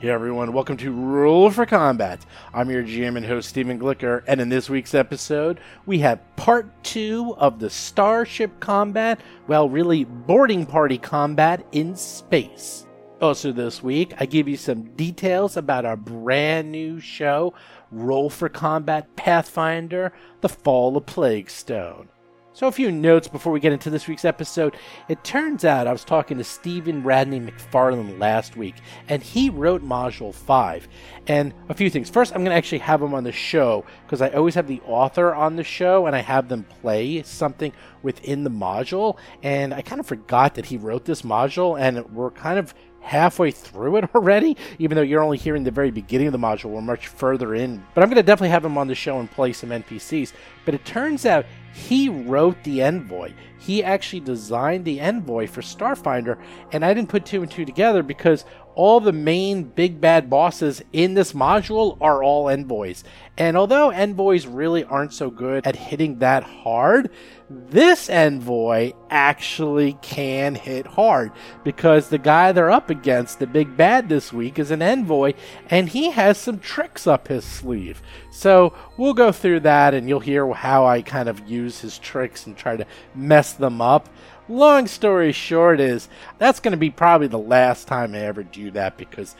Hey everyone, welcome to Rule for Combat. I'm your GM and host Stephen Glicker, and in this week's episode, we have part two of the Starship Combat, well, really boarding party combat in space. Also, this week, I give you some details about our brand new show, Roll for Combat Pathfinder The Fall of Plague Stone. So, a few notes before we get into this week's episode. It turns out I was talking to Stephen Radney McFarland last week, and he wrote Module 5. And a few things. First, I'm going to actually have him on the show because I always have the author on the show and I have them play something within the module. And I kind of forgot that he wrote this module, and we're kind of halfway through it already, even though you're only hearing the very beginning of the module. We're much further in. But I'm going to definitely have him on the show and play some NPCs. But it turns out he wrote the Envoy. He actually designed the Envoy for Starfinder, and I didn't put two and two together because all the main big bad bosses in this module are all envoys. And although envoys really aren't so good at hitting that hard, this envoy actually can hit hard because the guy they're up against, the big bad this week, is an envoy and he has some tricks up his sleeve. So we'll go through that and you'll hear how I kind of use his tricks and try to mess them up long story short is that's going to be probably the last time I ever do that because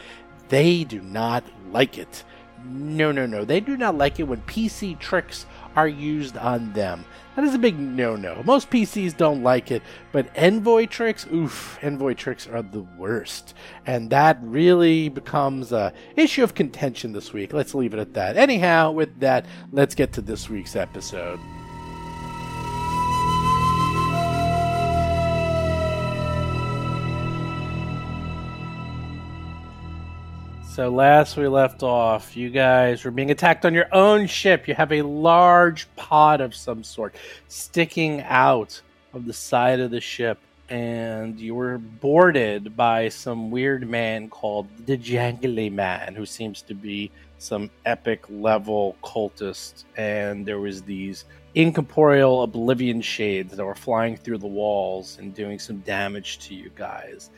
they do not like it. No, no, no. They do not like it when PC tricks are used on them. That is a big no no. Most PCs don't like it, but Envoy tricks, oof, Envoy tricks are the worst. And that really becomes a issue of contention this week. Let's leave it at that. Anyhow, with that, let's get to this week's episode. So last we left off, you guys were being attacked on your own ship. You have a large pod of some sort sticking out of the side of the ship, and you were boarded by some weird man called the Jangly Man, who seems to be some epic level cultist. And there was these incorporeal oblivion shades that were flying through the walls and doing some damage to you guys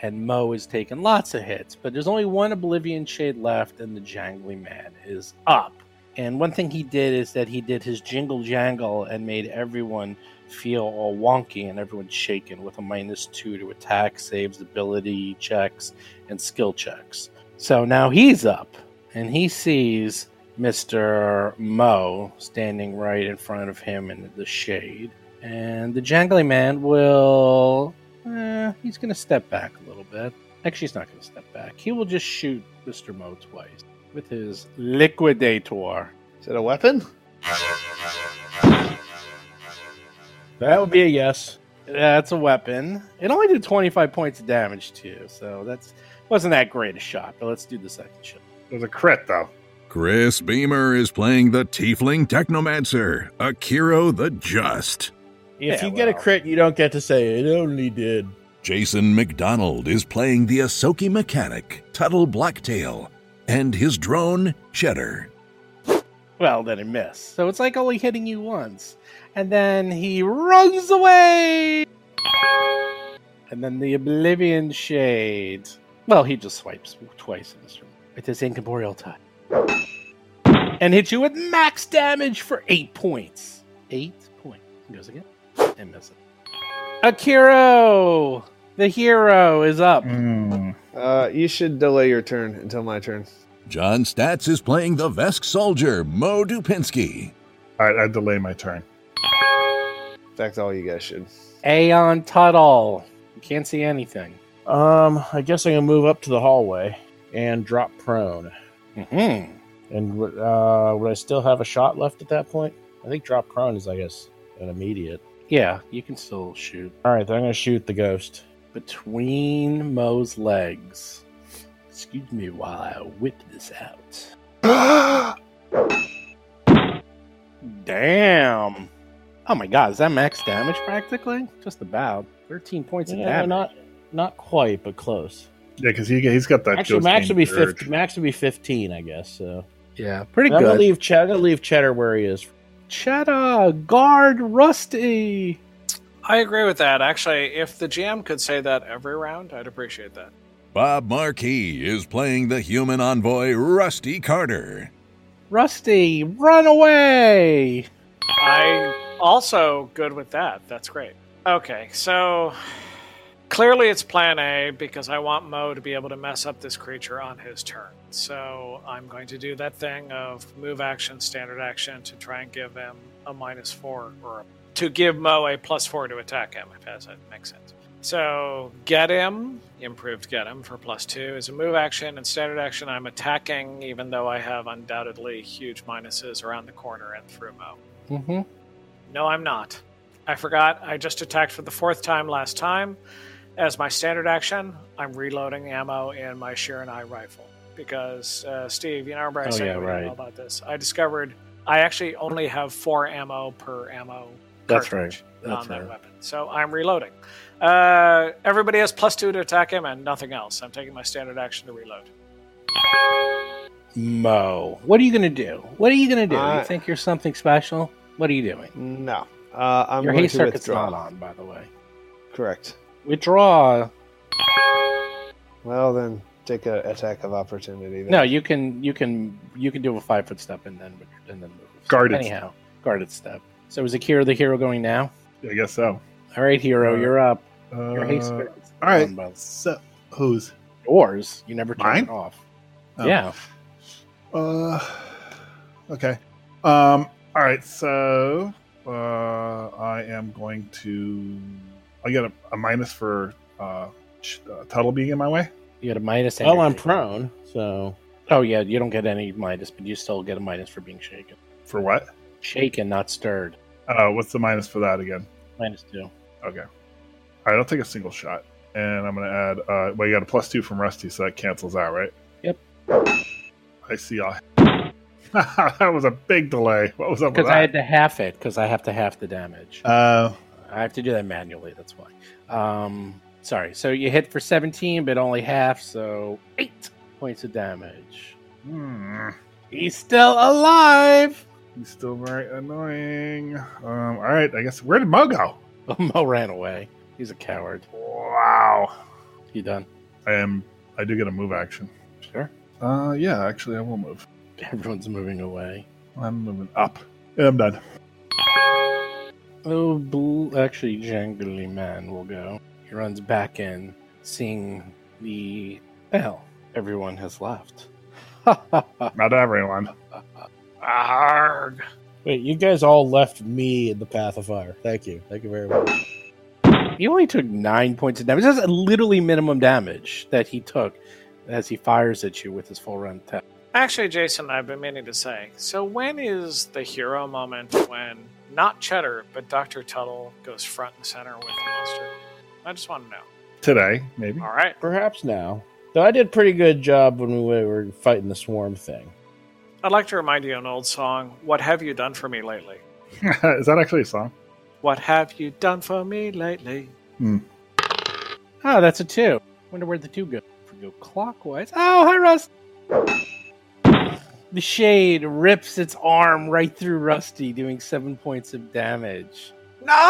and Mo is taking lots of hits, but there's only one Oblivion Shade left, and the Jangly Man is up. And one thing he did is that he did his jingle jangle and made everyone feel all wonky and everyone shaken with a minus two to attack, saves, ability checks, and skill checks. So now he's up, and he sees Mr. Mo standing right in front of him in the shade. And the Jangly Man will Eh, he's going to step back a little bit. Actually, he's not going to step back. He will just shoot Mr. Mo twice with his liquidator. Is that a weapon? That would be a yes. That's a weapon. It only did 25 points of damage to you, so that's wasn't that great a shot. But let's do the second shot. It was a crit, though. Chris Beamer is playing the Tiefling Technomancer, Akiro the Just. If Yeah, you get a well. crit, you don't get to say it only did. Jason McDonald is playing the Asoki Mechanic, Tuttle Blacktail, and his drone, Cheddar. Well, then it missed. So it's like only hitting you once, and then he runs away. And then the Oblivion Shade. Well, he just swipes twice in this room with his incorporeal touch. And hits you with max damage for eight points. Eight points. He goes again. And misses. Akiro, the hero, is up. Mm. Hmm, Uh, you should delay your turn until my turn. John Statz is playing the Vesk Soldier, Mo Dupinsky. All right, I delay my turn. fact, all you guys should. Aeon Tuttle. You can't see anything. Um, I guess I'm gonna move up to the hallway and drop prone. Mm-hmm. And would- uh, would I still have a shot left at that point? I think drop prone is, I guess, an immediate. Yeah, you can still shoot All right, then I'm gonna shoot the ghost. between Moe's legs. Excuse me while I whip this out. Damn. Oh my god, is that max damage practically? Just about. 13 points of Yeah, damage. not not quite, but close. Yeah, because he he's got that. Actually, ghost max would game be urge. fifteen. Max would be fifteen, I guess. So yeah, pretty And I'm gonna good. leave. Ch- I'm gonna leave Cheddar where he is. Cheddar, guard Rusty. I agree with that. Actually, if the GM could say that every round, I'd appreciate that. Bob Marquis is playing the human envoy Rusty Carter. Rusty, run away. I'm also good with that. That's great. Okay, so clearly it's plan A because I want Mo to be able to mess up this creature on his turn. So I'm going to do that thing of move action, standard action to try and give him a minus four or to give Mo a plus four to attack him, if that makes sense. So get him, improved get him for plus two is a move action and standard action. I'm attacking, even though I have undoubtedly huge minuses around the corner and through Mo. Mm-hmm. No, I'm not. I forgot. I just attacked for the fourth time last time. As my standard action, I'm reloading ammo in my Shiranai rifle because uh, Steve, you remember I Oh, said yeah, we didn't know right. about this. I discovered I actually only have four ammo per ammo. That's cartridge right. That's on that right. weapon, so I'm reloading. Uh, everybody has plus two to attack him and nothing else. I'm taking my standard action to reload. Mo, what are you gonna do? What are you gonna do? I- you think you're something special? What are you doing? No. Uh, I'm Your going hay to circuit's withdraw. not on, by the way. Correct. Withdraw. Well, then take an attack of opportunity. Then. No, you can you can you can do a five foot step and then and then move. Guarded Anyhow, guarded step. So is Akira the hero going now? I guess so. All right, hero, Uh, you're up. Uh, Your haste circuit's all right. on, by the way. So who's? yours. You never turn Mine? it off. Oh. Yeah. Uh, okay. Um. All right. So uh, I am going to. I get a, a minus for uh, ch- uh, Tuttle being in my way. You get a minus. Well, Oh, I'm energy. prone, so Oh yeah, you don't get any minus, but you still get a minus for being shaken. For what? Shaken, not stirred. Uh, what's the minus for that again? Minus two. Okay. All right. I'll take a single shot, and I'm going to add. Uh, well, you got a plus two from Rusty, so that cancels out, right? Yep. I see. I. that was a big delay. What was up with Because I had that? to half it, because I have to half the damage. Oh. uh, I have to do that manually. That's why. Um, sorry. So you hit for 17, but only half, so eight points of damage. hmm. He's still alive. He's still very annoying. Um, all right, I guess. Where did Mo go? Mo ran away. He's a coward. Wow. You done? I am. I do get a move action. Sure. Uh, yeah. Actually, I will move. Everyone's moving away. I'm moving up. And I'm done. Oh, bl- actually, Jangly Man will go. He runs back in, seeing the bell. Everyone has left. Not everyone. Arg. wait, you guys all left me in the path of fire. Thank you, thank you very much. He only took nine points of damage. That's literally minimum damage that he took as he fires at you with his full run attack. Actually, Jason, I've been meaning to say. So, when is the hero moment when not Cheddar, but Dr. Tuttle goes front and center with the monster? I just want to know. Today, maybe. All right. Perhaps now, though, I did a pretty good job when we were fighting the swarm thing. I'd like to remind you of an old song, What Have You Done For Me Lately? Is that actually a song? What have you done for me lately? Oh, that's a two. Wonder where the two go. If we go clockwise. Oh, hi, Rust. The shade rips its arm right through Rusty, doing seven points of damage.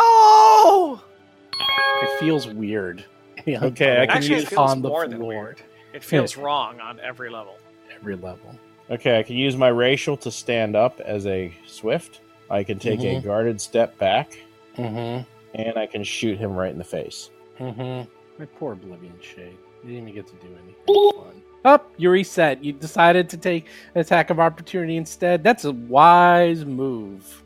No! It feels weird. Yeah, Okay, I can Actually, use it feels more than weird. It feels Yeah. wrong on every level. Every level. Okay, I can use my racial to stand up as a swift. I can take a Mhm. guarded step back, Mm-hmm. and I can shoot him right in the face. Mm-hmm. My poor Oblivion shade. You didn't even get to do anything fun. Up, you reset. You decided to take an attack of opportunity instead. That's a wise move.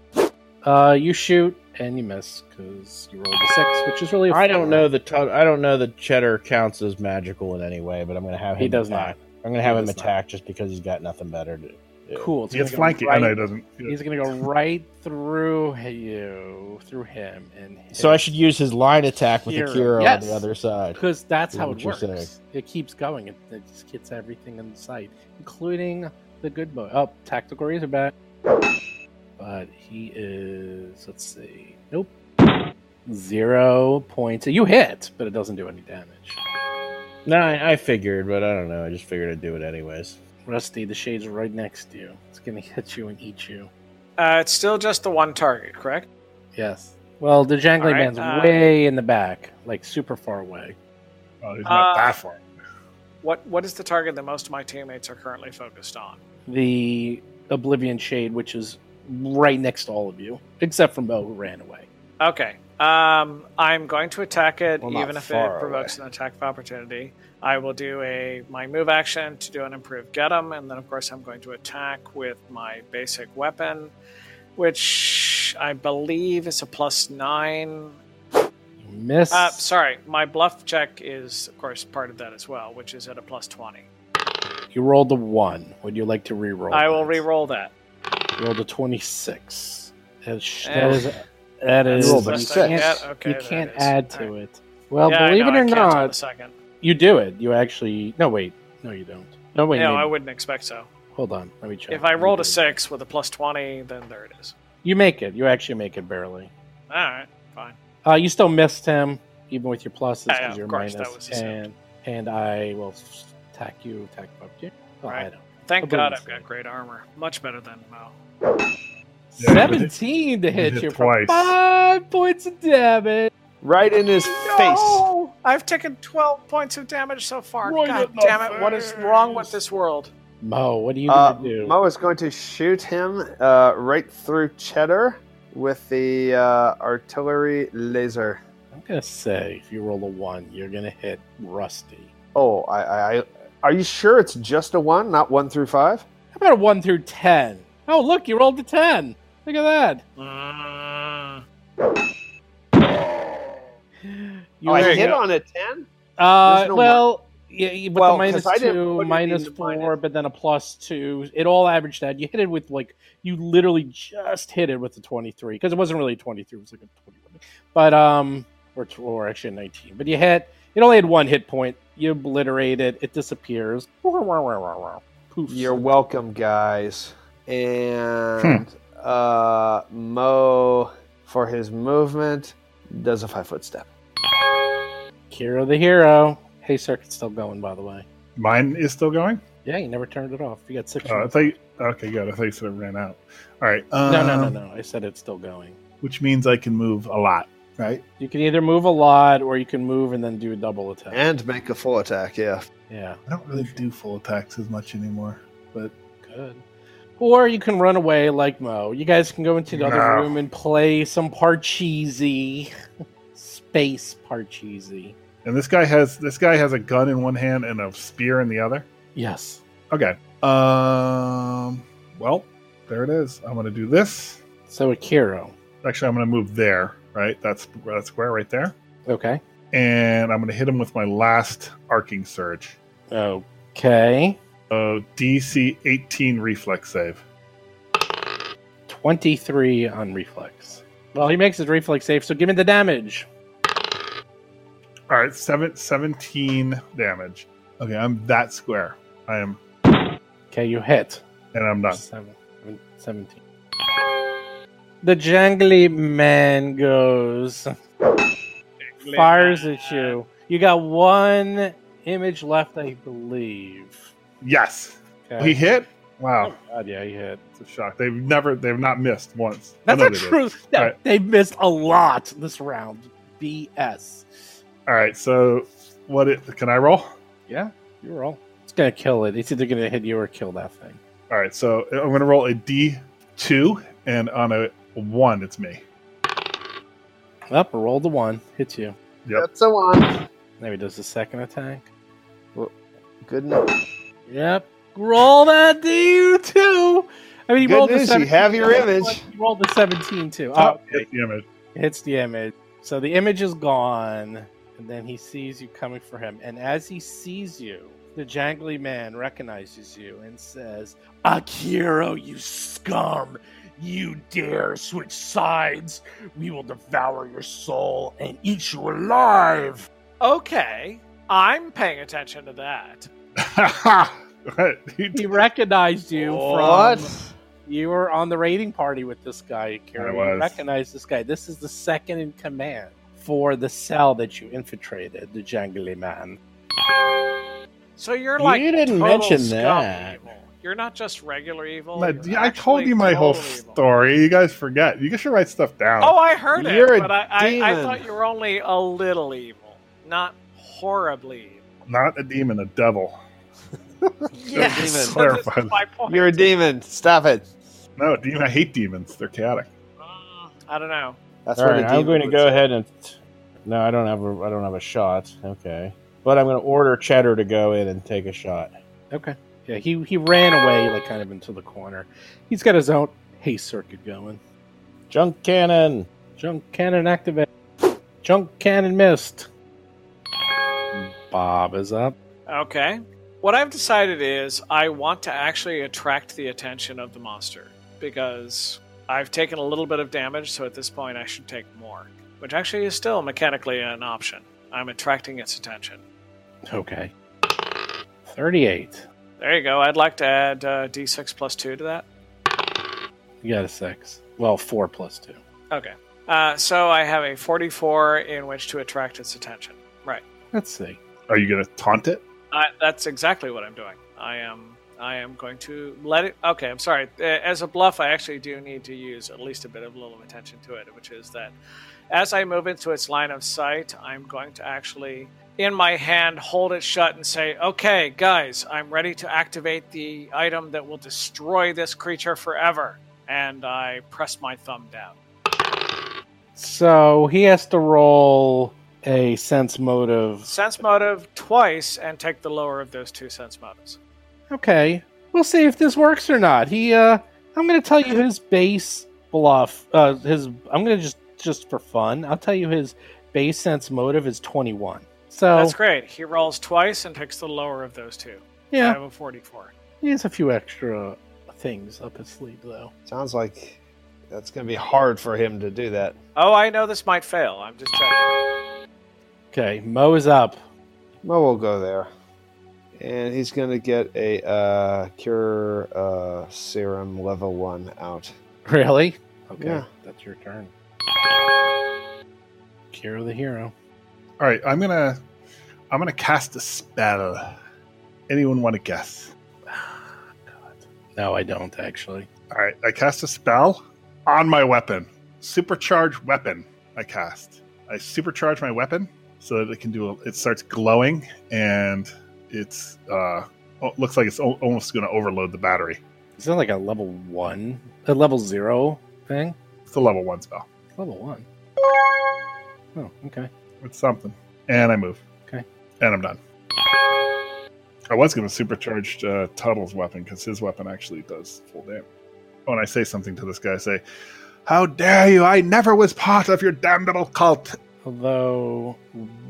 Uh, you shoot. and you miss because you rolled a six, which is really. I I don't know the t- I don't know that cheddar counts as magical in any way, but I'm gonna have him. He does attack. not. I'm gonna have He him does not. attack just because he's got nothing better to. do. Cool. It's He gets gonna go flanky. I right- know he doesn't. He's gonna go right through you, through him, and So I should use his line attack with Hero. the Kira Yes. on the other side. because that's Is how what it you're works. saying. It keeps going. It, it just gets everything in sight, including the good boy. Oh, tactical razorback. But he is. Let's see. Nope. Zero points. You hit, but it doesn't do any damage. No, I, I figured, but I don't know. I just figured I'd do it anyways. Rusty, the shades are right next to you. It's gonna hit you and eat you. Uh, it's still just the one target, correct? Yes. Well, the jangly All right, man's uh, way in the back, like super far away. Oh, he's not Uh, that far. What What is the target that most of my teammates are currently focused on? The Oblivion shade, which is right next to all of you, except from Bo, who ran away. Okay. Um, I'm going to attack it, Well, not even if far it provokes an attack of opportunity. I will do a my move action to do an improved get 'em, and then of course I'm going to attack with my basic weapon, which I believe is a plus nine. You miss. Uh, sorry, my bluff check is of course part of that as well, which is at a plus twenty. You rolled a one. Would you like to re-roll? I will that? re-roll that. You rolled a twenty-six. That is. Eh. That is. That That's is the you best I can't, get? Okay, you there can't it is. add to All it. Well, Yeah, I believe know, it I or canceled the not, second. you do it. You actually. No, wait. No, you don't. No, wait. no, maybe- I wouldn't expect so. Hold on. Let me check. If I You rolled a did. six with a plus twenty, then there it is. You make it. You actually make it barely. All right, fine. Uh, you still missed him, even with your pluses, Yeah, yeah, because of you're course, that minus. was and assumed. and I will attack you, attack up you. Well, Oh, I Right. don't. Thank Okay, God let's I've see. got great armor. Much better than Mo. Yeah, Seventeen to hit, hit you for twice. five points of damage. Right in his No! I've taken 12 points of damage so far. Right God in the damn it. What is wrong with face. this world? Mo, what are you Uh, gonna do? Mo is going to shoot him uh, right through Cheddar with the uh, artillery laser. I'm gonna say if you roll a one, you're gonna hit Rusty. Oh, I, I, I are you sure it's just a one, not one through five? How about a one through ten? Oh, look, you rolled a ten. Look at that. Mm. You oh, I are- hit go. on a ten. Uh, There's no well, yeah, yeah, but Well, the 'cause minus I didn't two, put it minus in the four, minus. but then a plus two. It all averaged out. You hit it with like you literally just hit it with the twenty-three because it wasn't really a twenty-three; it was like a twenty-one. But um, or t- or actually a nineteen. But you hit. It only had one hit point. You obliterate it. It disappears. Poof. You're welcome, guys. And Hmm. uh, Mo, for his movement, does a five foot step. Kiro the hero. Hey, circuit's still going, by the way. Mine is still going. Yeah, you never turned it off. You got six. Oh, I minutes. think. Okay, good. I think it ran out. All right. Um, no, no, no, no. I said it's still going. Which means I can move a lot, right? You can either move a lot, or you can move and then do a double attack. And make a full attack, yeah. Yeah, I don't really do full attacks as much anymore. good. Or you can run away like Mo. You guys can go into the other No. room and play some Parcheesi. Space Parcheesi. And this guy has this guy has a gun in one hand and a spear in the other. Yes. Okay. Um. Well, there it is. I'm gonna do this. So Akiro. Actually, I'm gonna move there. Right. That's that square right there. Okay. And I'm gonna hit him with my last arcing surge. Okay. Oh, DC 18 reflex save. 23 on reflex. Well, he makes his reflex safe, so give me the damage. All right, seven, 17 damage. Okay, I'm that square. I am, Okay, you hit. and I'm done. Seven, seven- 17. The jangly man goes. fires at you. You got one image left, I believe. Yes, Okay. he hit. Wow, Oh, God, yeah, he hit. it's a shock. They've never, they've not missed once. I That's know not they did. true. No, Alright. They missed a lot this round. BS. All right, so what? It, can I roll? Yeah, you roll. It's gonna kill it. It's either gonna hit you or kill that thing. All right, so I'm going to roll a D2, and on a one, it's me. Up, roll the one, hits you. Yep. That's a one. Now he does the second attack. Good news. Yep. Roll that D two. I mean, he Good rolled news, the you have your 17. image. He rolled the seventeen too. Oh, Oh, it's the image. It's the image. So the image is gone, and then he sees you coming for him. And as he sees you, the jangly man recognizes you and says, Akiro, you scum! You dare switch sides! We will devour your soul and eat you alive! Okay, I'm paying attention to that. Right. He recognized you What? from You were on the raiding party with this guy, Kira. I You was. recognize this guy. This is the second in command for the cell that you infiltrated, the jangly man. So you're like You didn't total mention scum that. Evil. You're not just regular evil. My- you're I told actually you my whole total evil. story. You guys forget. You guys should write stuff down. Oh, I heard it, You're a but I, I, I demon. thought you were only a little evil, not horribly evil. Not a demon, a devil. demon. this is Clarify. my point. You're a demon. Stop it. No, demon. I hate demons. They're chaotic. Mm, I don't know. That's All where right, the I'm demon going to was. go ahead and. No, I don't have a. I don't have a shot. Okay, but I'm going to order Cheddar to go in and take a shot. Okay. Yeah, he, he ran away, like, kind of into the corner. He's got his own haste circuit going. Junk cannon. Junk cannon activate. Junk cannon missed. Bob is up. Okay. What I've decided is I want to actually attract the attention of the monster because I've taken a little bit of damage, so at this point I should take more, which actually is still mechanically an option. I'm attracting its attention. Okay. 38. There you go. I'd like to add uh, d6 plus 2 to that. You got a six. Well, four plus two. Okay. Uh, so I have a 44 in which to attract its attention. Let's see. Are you going to taunt it? I, that's exactly what I'm doing. I am I am going to let it. Okay, I'm sorry. Uh, As a bluff, I actually do need to use at least a bit of a little attention to it, which is that as I move into its line of sight, I'm going to actually in my hand hold it shut and say, "Okay, guys, I'm ready to activate the item that will destroy this creature forever." And I press my thumb down. So he has to roll a sense motive. Sense motive twice and take the lower of those two sense motives. Okay, we'll see if this works or not. He, uh, I'm going to tell you his base bluff. Uh, his, I'm going to just just for fun. I'll tell you his base sense motive is 21. So That's great. He rolls twice and takes the lower of those two. I yeah, have a 44. he has a few extra things up his sleeve though. Sounds like that's going to be hard for him to do that. Oh, I know this might fail. I'm just checking. Okay, Mo is up. Mo will go there, and he's going to get a uh, cure uh, serum level one out. Really? Okay, Yeah. that's your turn. Kiro the hero. All right. I'm going to. I'm going to cast a spell. Anyone want to guess? No, I don't actually. All right, I cast a spell on my weapon. Supercharge weapon. I cast. I supercharge my weapon so that it can do. It starts glowing and it's uh oh, looks like it's al- almost going to overload the battery. Is that like a level one, a level zero thing? It's a level one spell. Level one. Oh, okay. It's something. And I move. Okay. And I'm done. I was going to supercharge uh, Tuttle's weapon because his weapon actually does full damage. When I say something to this guy, I say, "How dare you! I never was part of your damnable cult." Although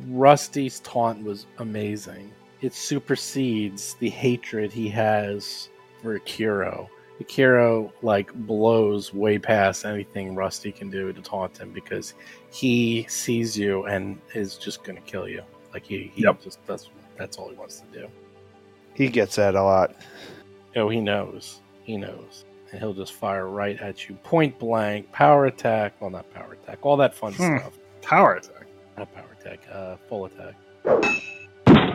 Rusty's taunt was amazing, it supersedes the hatred he has for Akiro. Akiro like blows way past anything Rusty can do to taunt him because he sees you and is just going to kill you. Like he, he Yep. just that's that's all he wants to do. He gets that a lot. Oh, he knows. He knows. And he'll just fire right at you. Point blank, power attack. Well, not power attack. All that fun Hmm. stuff. Tower attack. Not power attack, uh, full attack.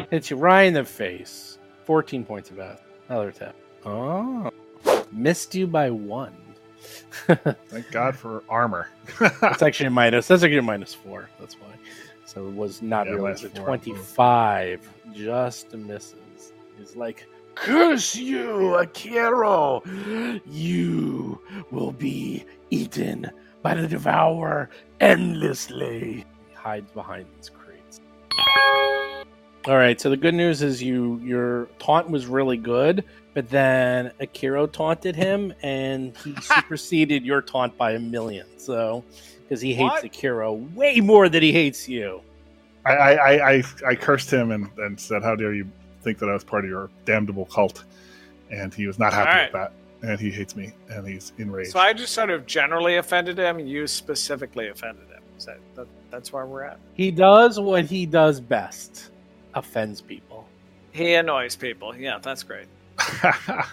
Hits you right in the face. 14 points of acid. Another attack. Oh. Missed you by one. That's Thank God for armor. actually a minus. That's actually a minus four. That's why. So it was not Yeah, realized. minus but four. 25 just misses. He's like, Curse you, Akiro! You will be eaten by the devourer endlessly. He hides behind these crates. All right. So the good news is you your taunt was really good, but then Akiro taunted him, and he superseded your taunt by a million. So because he hates What? Akiro way more than he hates you. I, I, I, I, I cursed him and, and said, How dare you think that I was part of your damnable cult? And he was not happy All with that. And he hates me. And he's enraged. So I just sort of generally offended him. You specifically offended him. Is that, that that's where we're at? He does what he does best: offends people. He annoys people. Yeah, that's great. How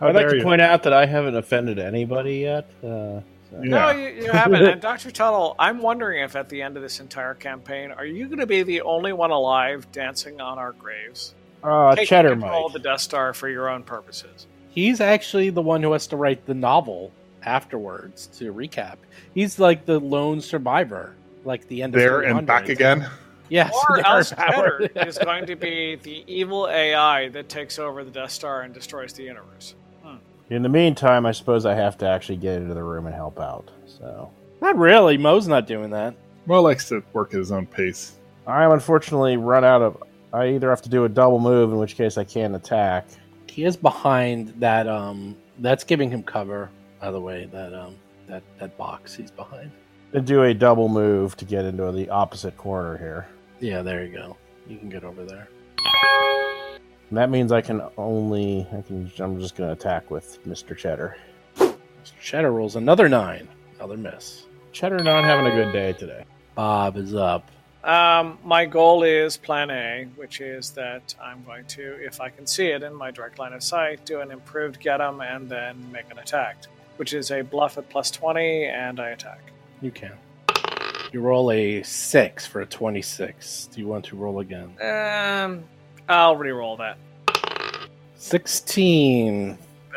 I'd like dare to you? point out that I haven't offended anybody yet. Uh, so- Yeah. No, you, you haven't. and Dr. Tuttle, I'm wondering if at the end of this entire campaign, are you going to be the only one alive dancing on our graves? Uh, Taking Cheddar control of Mike. the Death Star for your own purposes. He's actually the one who has to write the novel afterwards to recap. He's like the lone survivor, like the end There of and back 300. again. Yes, Or there else and power. Cheddar is going to be the evil AI that takes over the Death Star and destroys the universe. In the meantime, I suppose I have to actually get into the room and help out. So Not really. Mo's not doing that. Mo likes to work at his own pace. I am unfortunately run out of. I either have to do a double move, in which case I can't attack. He is behind that. Um, that's giving him cover. By the way, that um, that that box he's behind. And do a double move to get into the opposite corner here. Yeah, there you go. You can get over there. And that means I can only. I can. I'm just going to attack with Mr. Cheddar. Mr. Cheddar rolls another nine. Another miss. Cheddar not having a good day today. Bob is up. Um, my goal is Plan A, which is that I'm going to, if I can see it in my direct line of sight, do an improved get 'em and then make an attack, which is a bluff at plus 20, and I attack. You can. You roll a six for a twenty-six. Do you want to roll again? Um, I'll re-roll that. 16,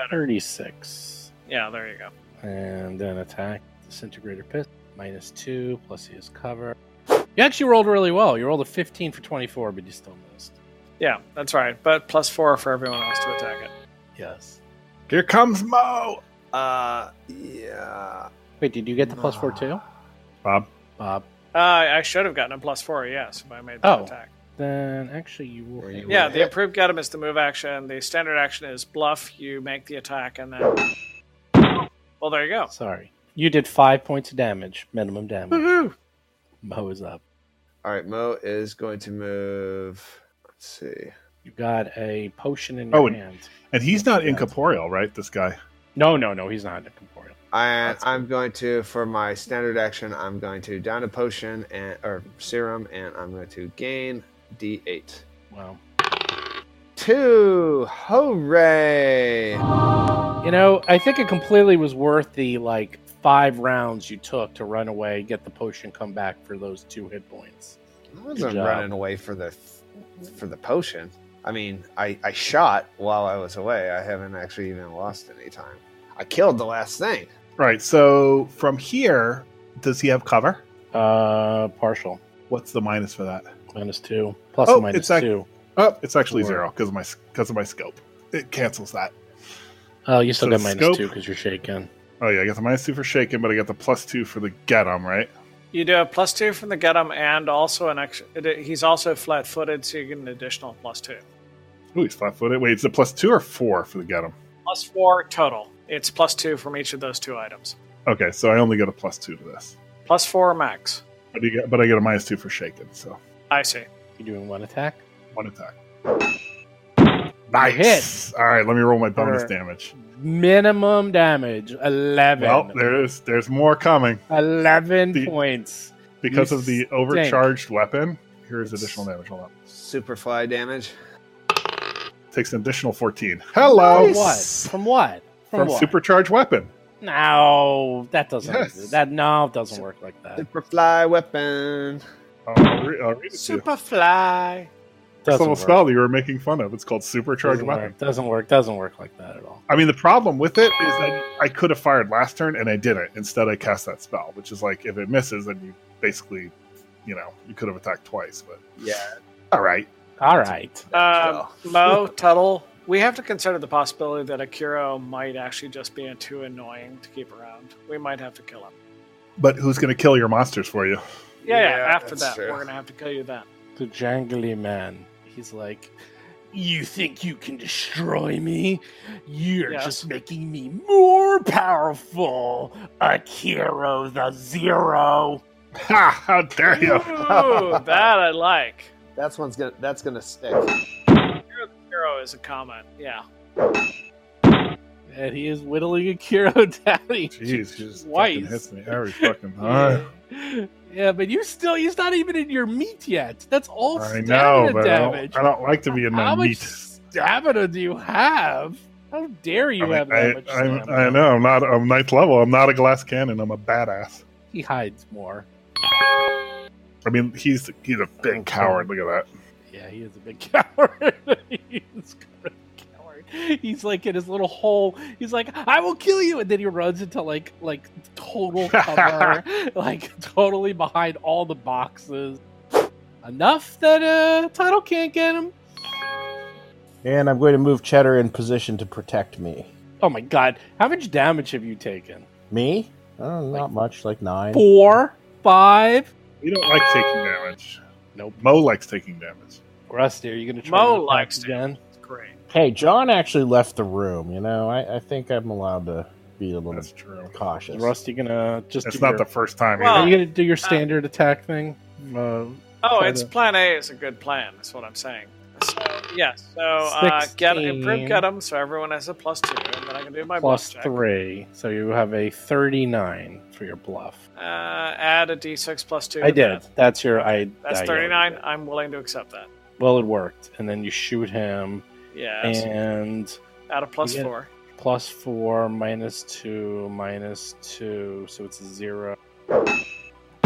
36. Yeah, there you go. And then attack disintegrator pit. Minus two, plus he has cover. You actually rolled really well. You rolled a 15 for 24, but you still missed. Yeah, that's right. But plus four for everyone else to attack it. Yes. Here comes Mo. Uh, yeah. Wait, did you get the plus four too? Bob. Bob. Uh, I should have gotten a plus four, yes, if I made that Oh. attack. Then actually, you rolled. Were you- Yeah, Would the hit. improved get 'em is the move action. The standard action is bluff. You make the attack, and then. Well, there you go. Sorry. You did five points of damage, minimum damage. Mo is up. All right, Mo is going to move. Let's see. You got a potion in your Oh, and- hand. And he's not incorporeal, right? This guy. No, no, no. He's not a corporeal. And I'm going to, for my standard action, I'm going to down a potion and or serum, and I'm going to gain D8. Wow. Two, hooray! You know, I think it completely was worth the like five rounds you took to run away, get the potion, come back for those two hit points. I wasn't job. running away for the for the potion. I mean, I, I shot while I was away. I haven't actually even lost any time. I killed the last thing. Right. So from here, does he have cover? Uh, partial What's the minus for that? minus two plus Oh, and minus it's ac- two. Oh, it's actually Four. zero because of my because of my scope. It cancels that. Oh, you still So got minus scope. two because you're shaken. Oh yeah, I got the minus two for shaking, but I got the plus two for the get 'em, right? You do a plus two from the get 'em, and also an extra. It, he's also flat footed, so you get an additional plus two. Ooh, he's flat footed. Wait, it's a plus two or four for the get 'em? Plus four total. It's plus two from each of those two items. Okay, so I only get a plus two to this. Plus four max. But, you get, but I get a minus two for shaking, so I see. You doing one attack? one attack. You Nice. All right, let me roll my bonus Or- damage. Minimum damage eleven. Well, there's there's more coming eleven The- points. because You of the stink. overcharged weapon. Here's additional damage. Hold on, Superfly damage. takes an additional fourteen. Hello. From what? From what? From, From what? supercharged weapon. No, that doesn't. Yes. That no, it doesn't work like that. Superfly weapon. Oh, I'll re- I'll read it to you. Superfly. This Doesn't little work. spell that you were making fun of. It's called supercharged Doesn't weapon. work. Doesn't work. Doesn't work like that at all. I mean, the problem with it is that I could have fired last turn and I didn't. Instead, I cast that spell, which is like if it misses, then you basically, you know, you could have attacked twice. But Yeah. all right, All right. Um, Oh, Well. Mo, Tuttle, we have to consider the possibility that Akiro might actually just be too annoying to keep around. We might have to kill him. but who's going to kill your monsters for you? Yeah, yeah. Yeah, after that's that, true. we're going to have to kill you then. The jangly man. He's like, You think you can destroy me? You're Yes. just making me more powerful. Akira the Zero. Ha! How dare you? Ooh, that I like. That's one's gonna. That's gonna stick. Hero is a comment. Yeah. And he is whittling Akira down. He Jeez, she just fucking Twice. hits me every fucking time. Yeah, but you still, he's not even in your meat yet. That's all I stamina know, but I damage. don't, I don't like to be in my How much meat. stamina do you have? How dare you I, have that much I, I'm- stamina? I know. I'm not. I'm ninth level. I'm not a glass cannon. I'm a badass. He hides more. I mean, he's he's a big coward. Look at Yeah, he is a big coward. he's a coward. He's like in his little hole. He's like, "I will kill you," and then he runs into like like total cover, like totally behind all the boxes. Enough that uh, title can't get him. And I'm going to move Cheddar in position to protect me. Oh my god, how much damage have you taken? Me? Oh, not much, like nine. Four, five. that. You don't like taking damage. Nope. Mo likes taking damage. Rusty, are you gonna try? Mo to attack likes to- again. It's great. Hey, John actually left the room. You know, I, I think I'm allowed to be a little That's true. cautious. Is Rusty gonna just? It's do not your- the Uh, first time. Well- Are you gonna do your standard attack thing? Uh, either. Mo- Oh, Try it's to- plan A is a good plan. Is what I'm saying. So yes. So uh, get improve 16. get 'em, so everyone has a plus two, and then I can do my plus bluff check. three, so you have a thirty-nine for your bluff. Uh, add a d6 plus two. I to did. that. That's your. I. That's I- 39. I'm willing to accept that. Well, it worked, and then you shoot him, Yes. and add a plus Yeah. four. plus four, minus two, minus two, so it's a zero. I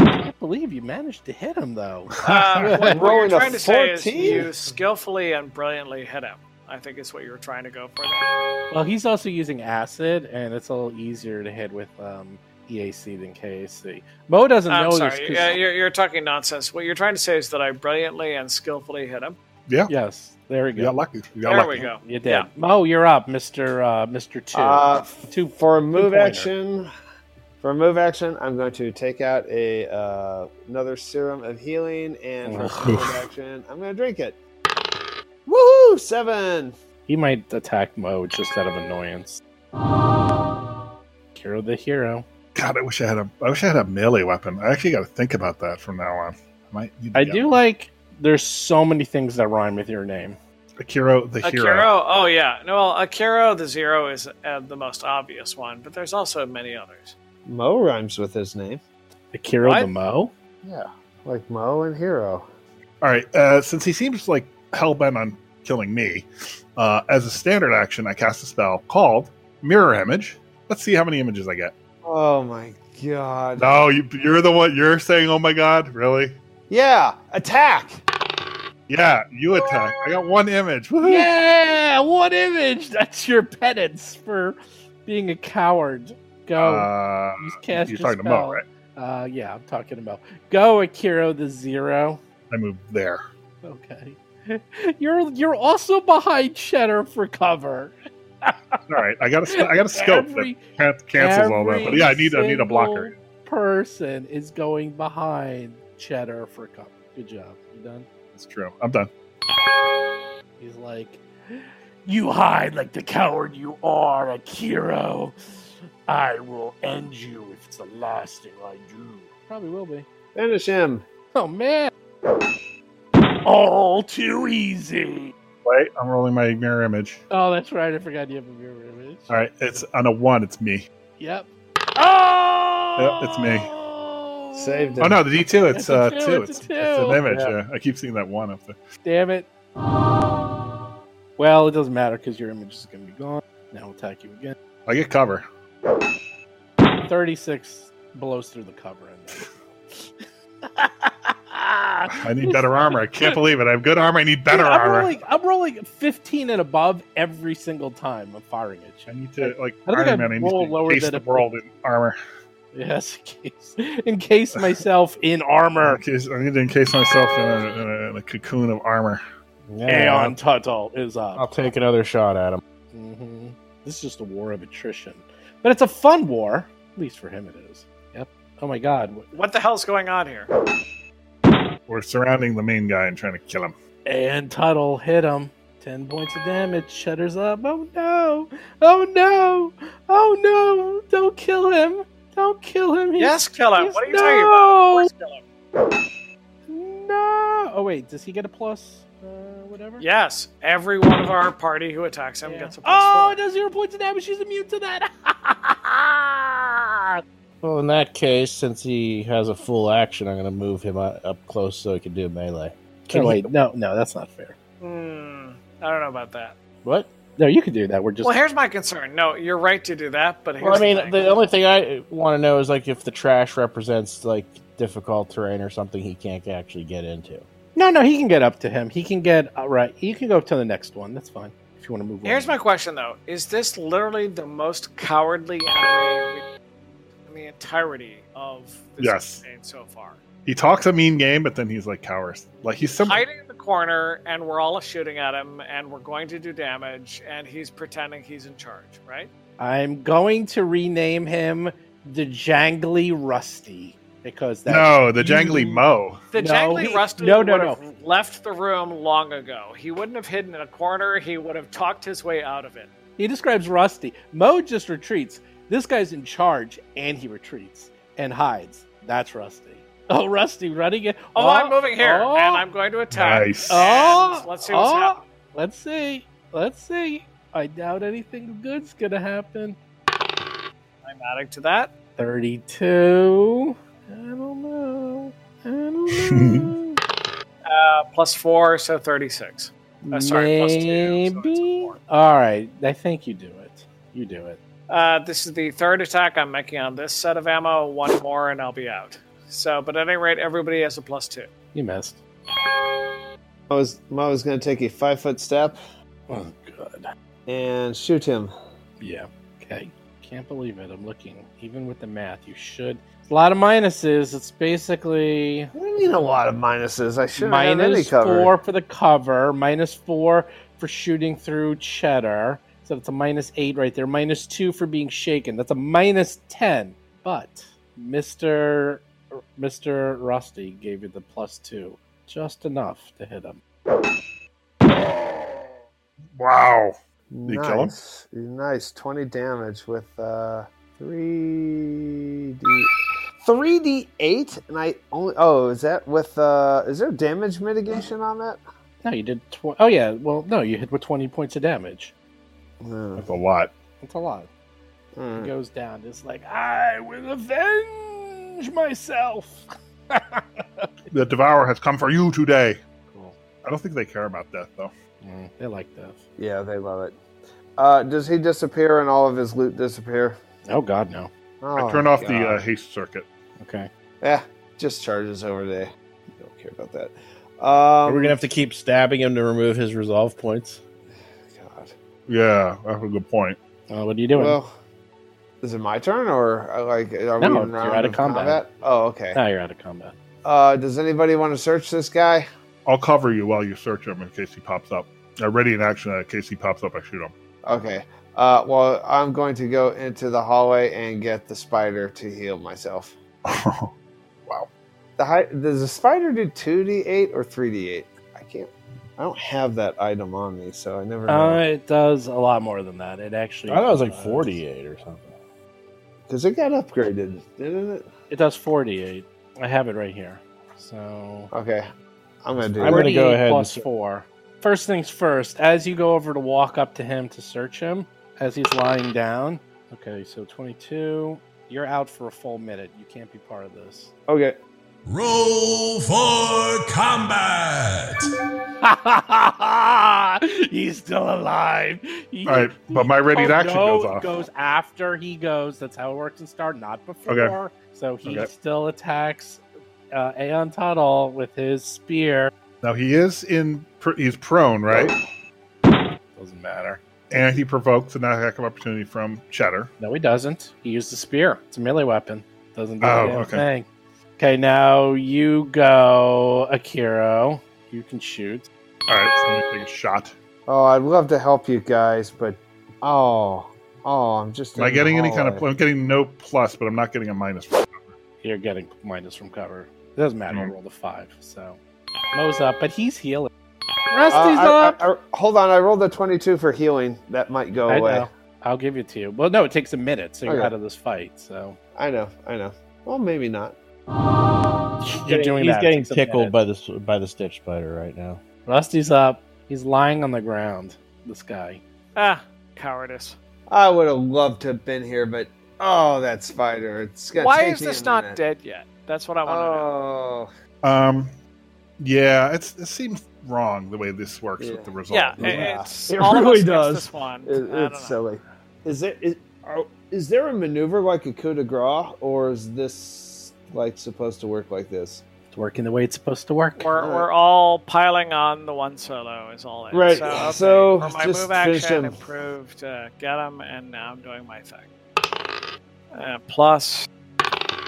can't believe you managed to hit him though. Uh, what Rolling you're a trying to say is 14? you skillfully and brilliantly hit him. I think is what you were trying to go for. There. Well, he's also using acid, and it's a little easier to hit with um, EAC than KAC. Mo doesn't I'm know sorry. this. Yeah, 'cause- you're, you're talking nonsense. What you're trying to say is that I brilliantly and skillfully hit him. yeah. Yes, there we You go. got lucky. You got There lucky. we go. You did. Yeah. Mo, you're up, Mister uh, Mister Two. Uh, two For a move pointer. action, for a move action, I'm going to take out a uh, another serum of healing, and for a move action, I'm going to drink it. Woohoo! Seven. He might attack Mo just out of annoyance. Kiro the hero. God, I wish I had a. I wish I had a melee weapon. I actually got to think about that from now on. I might. Need to I get do one. like. There's so many things that rhyme with your name. Akira the hero. Akira. Oh yeah. No, well, Akira the zero is uh, the most obvious one, but there's also many others. Mo rhymes with his name. Akira What? the Mo. Yeah, like Mo and Hero. All right. Uh, since he seems like hell bent on killing me, uh, as a standard action, I cast a spell called Mirror Image. Let's see how many images I get. Oh my god. No, you, you're the one. You're saying, "Oh my god, really?" Yeah, attack. Yeah, you attack. I got one image. Woohoo. Yeah, one image. That's your penance for being a coward. Go. Uh, you Oh, cast you're your talking to Mo, spell. right? Uh, yeah, I'm talking about. Go, Akira the Zero. I moved there. Okay. You're you're also behind Cheddar for cover. All right, I got a, sc- I got a scope Every- that can- cancels all that. every But yeah, I need I need a blocker. single Person is going behind Cheddar for cover. Good job. You done? That's true. I'm done. He's like, you hide like the coward you are, Akira. I will end you if it's the last thing I do. Probably will be. Finish him. Oh man. All too easy. Wait, I'm rolling my mirror image. Oh, that's right. I forgot you have a mirror image. All right, it's on a one. It's me. Yep. Oh, Yep, it's me. Saved Oh no, the D two. It's It's a uh, two, two. it's a It's, it's an two. image. Yeah. Yeah. I keep seeing that one up there. Damn it. Well, it doesn't matter because your image is going to be gone. Now we'll attack you again. I get cover. 36 blows through the cover. And I need better armor. I can't believe it. I have good armor. I need better Dude, I'm armor. rolling, I'm rolling 15 and above every single time I'm firing at you. I need to like I don't think Iron I'd Man. I roll need to lower lower than the a- world in armor. Yes, in case, encase myself in armor. Encase- I need to encase myself in a, in a, in a cocoon of armor. Yeah, Aeon Tuttle is up. I'll take another shot at him. hmm This is just a war of attrition, but it's a fun war. At least for him, it is. Yep. Oh my God. What the hell's going on here? We're surrounding the main guy and trying to kill him. And Tuttle hit him. Ten points of damage. Shudders up. Oh no! Oh no! Oh no! Don't kill him! Don't kill him! He's- yes, kill him. he's- What are you talking about? Of course, kill him. No! Oh wait, does he get a plus? Uh, whatever. Yes, every one of our party who attacks him Yeah. gets a plus Oh, four. it does zero points of damage. She's immune to that. Well, in that case, since he has a full action, I'm going to move him u- up close so he can do melee. Can oh, he- wait, no, no, that's not fair. Hmm, I don't know about that. What? No, you can do that. We're just well, here's my concern. No, you're right to do that, but here's Well, I mean, the thing. the only thing I want to know is like if the trash represents like difficult terrain or something he can't actually get into. no, no. He can get up to him. He can get all right. You can go up to the next one. That's fine if you want to move. Here's on. my question, though: Is this literally the most cowardly anime we- in the entirety of this Yes. campaign so far? He talks a mean game, but then he's like cowers. Like he's some. Hiding in the corner, and we're all shooting at him, and we're going to do damage, and he's pretending he's in charge, right? I'm going to rename him the Jangly Rusty because that's no, the jangly mo. The No, jangly he- rusty no, no, would no. have left the room long ago. He wouldn't have hidden in a corner. He would have talked his way out of it. He describes Rusty. Mo just retreats. This guy's in charge and he retreats and hides. That's Rusty. Oh, Rusty running it. Oh, I'm moving here, oh, and I'm going to attack. Nice. Oh, And let's see what's oh, happening. Let's see. Let's see. I doubt anything good's going to happen. I'm adding to that. 32. I don't know. I don't know. Uh, plus four, so 36. Uh, sorry, plus two, so Maybe. it's a four. All right. I think you do it. You do it. Uh, this is the third attack I'm making on this set of ammo. One more, and I'll be out. So, but at any rate, everybody has a plus two. You missed. Mo's, Mo's going to take a five foot step Oh, God. and shoot him. Yeah. Okay. Can't believe it. I'm looking. Even with the math, you should. It's a lot of minuses. It's basically What do you mean a lot of minuses? I shouldn't have any minus cover. four for the cover, minus four for shooting through cheddar. So that's a minus eight right there. Minus two for being shaken. That's a minus ten. But Mister Mister Rusty gave you the plus two, just enough to hit him. Wow. you kill him? nice. Nice. 20 damage with uh, 3D. 3d8 and i only oh is that with uh is there damage mitigation on that No, you did. Tw- oh yeah. Well, no, you hit with twenty points of damage. No. That's a lot. That's a lot. Hmm. Mm. He goes down. It's like, I will avenge myself. The devourer has come for you today. cool. I don't think they care about death though. Mm, they like that. Yeah, they love it. Uh, does he disappear and all of his loot disappear? Oh, God, no. Oh, I turn off the uh, God. haste circuit. Okay. yeah, just charges over there. Don't care about that. Are Um, we gonna have to keep stabbing him to remove his resolve points? God. Yeah, that's a good point. Uh, what are you doing? Well, is it my turn or uh, like are No, we you're in round out of combat. Oh, okay. now you're out of combat. Uh, does anybody want to search this guy? I'll cover you while you search him in case he pops up. Uh, ready in action. In case he pops up, I shoot him. Okay. Uh, well, I'm going to go into the hallway and get the spider to heal myself. The high, does the spider do two d eight or three d eight? I can't. I don't have that item on me, so I never. Uh, know. it does a lot more than that. It actually. I thought it was like does- 48 or something. Because it got upgraded, didn't it? It does 48. I have it right here. So. Okay. I'm going to do I'm it. gonna go 48 ahead plus and- four. First things first, as you go over to walk up to him to search him, as he's lying down. Okay, so 22. You're out for a full minute. You can't be part of this. Okay. Roll for combat! He's still alive. He- All right, but my ready Oh, in action no, goes off. Goes after he goes. That's how it works in Star, not before. Okay. So he Okay. still attacks uh, Aeon Tuttle with his spear. Now he is in. pr- He's prone, right? Doesn't matter. And he provokes an attack of opportunity from Cheddar. No, he doesn't. He used a spear. It's a melee weapon. Doesn't do Oh, the damn okay. thing. Okay, now you go, Akiro. You can shoot. All right, so let me take a shot. Oh, I'd love to help you guys, but oh, oh, I'm just. Am I in the getting any kind of? hallway. I'm getting no plus, but I'm not getting a minus. You're getting Hmm. minus from cover. It doesn't matter. I Mm. rolled a five, so Mo's up, but he's healing. Rusty's Uh, I- up. I- I- hold on, I rolled a 22 for healing. That might go I away. know. I'll give it to you. Well, no, it takes a minute, so you're Okay. out of this fight. So I know, I know. Well, maybe not. you're doing He's that. It getting takes a minute. tickled by the s- by the stitch spider right now. Rusty's up. He's lying on the ground. This guy. Ah, cowardice. I would have loved to have been here, but oh, that spider. It's gonna Why take is me this a not minute. dead yet? That's what I want to know. Oh, Um, yeah, it's, it seems wrong the way this works Yeah. with the result. Yeah, doesn't it? Yeah. it's It all of us really against does. This one. I it, don't it's know. silly. Is there is, are, is there a maneuver like a coup de grace, or is this like supposed to work like this? It's working the way it's supposed to work. We're, we're all piling on the one solo is all it. is. Right, So, okay, so for my just move finish action him. improved, uh, get him, and now I'm doing my thing. Uh, plus,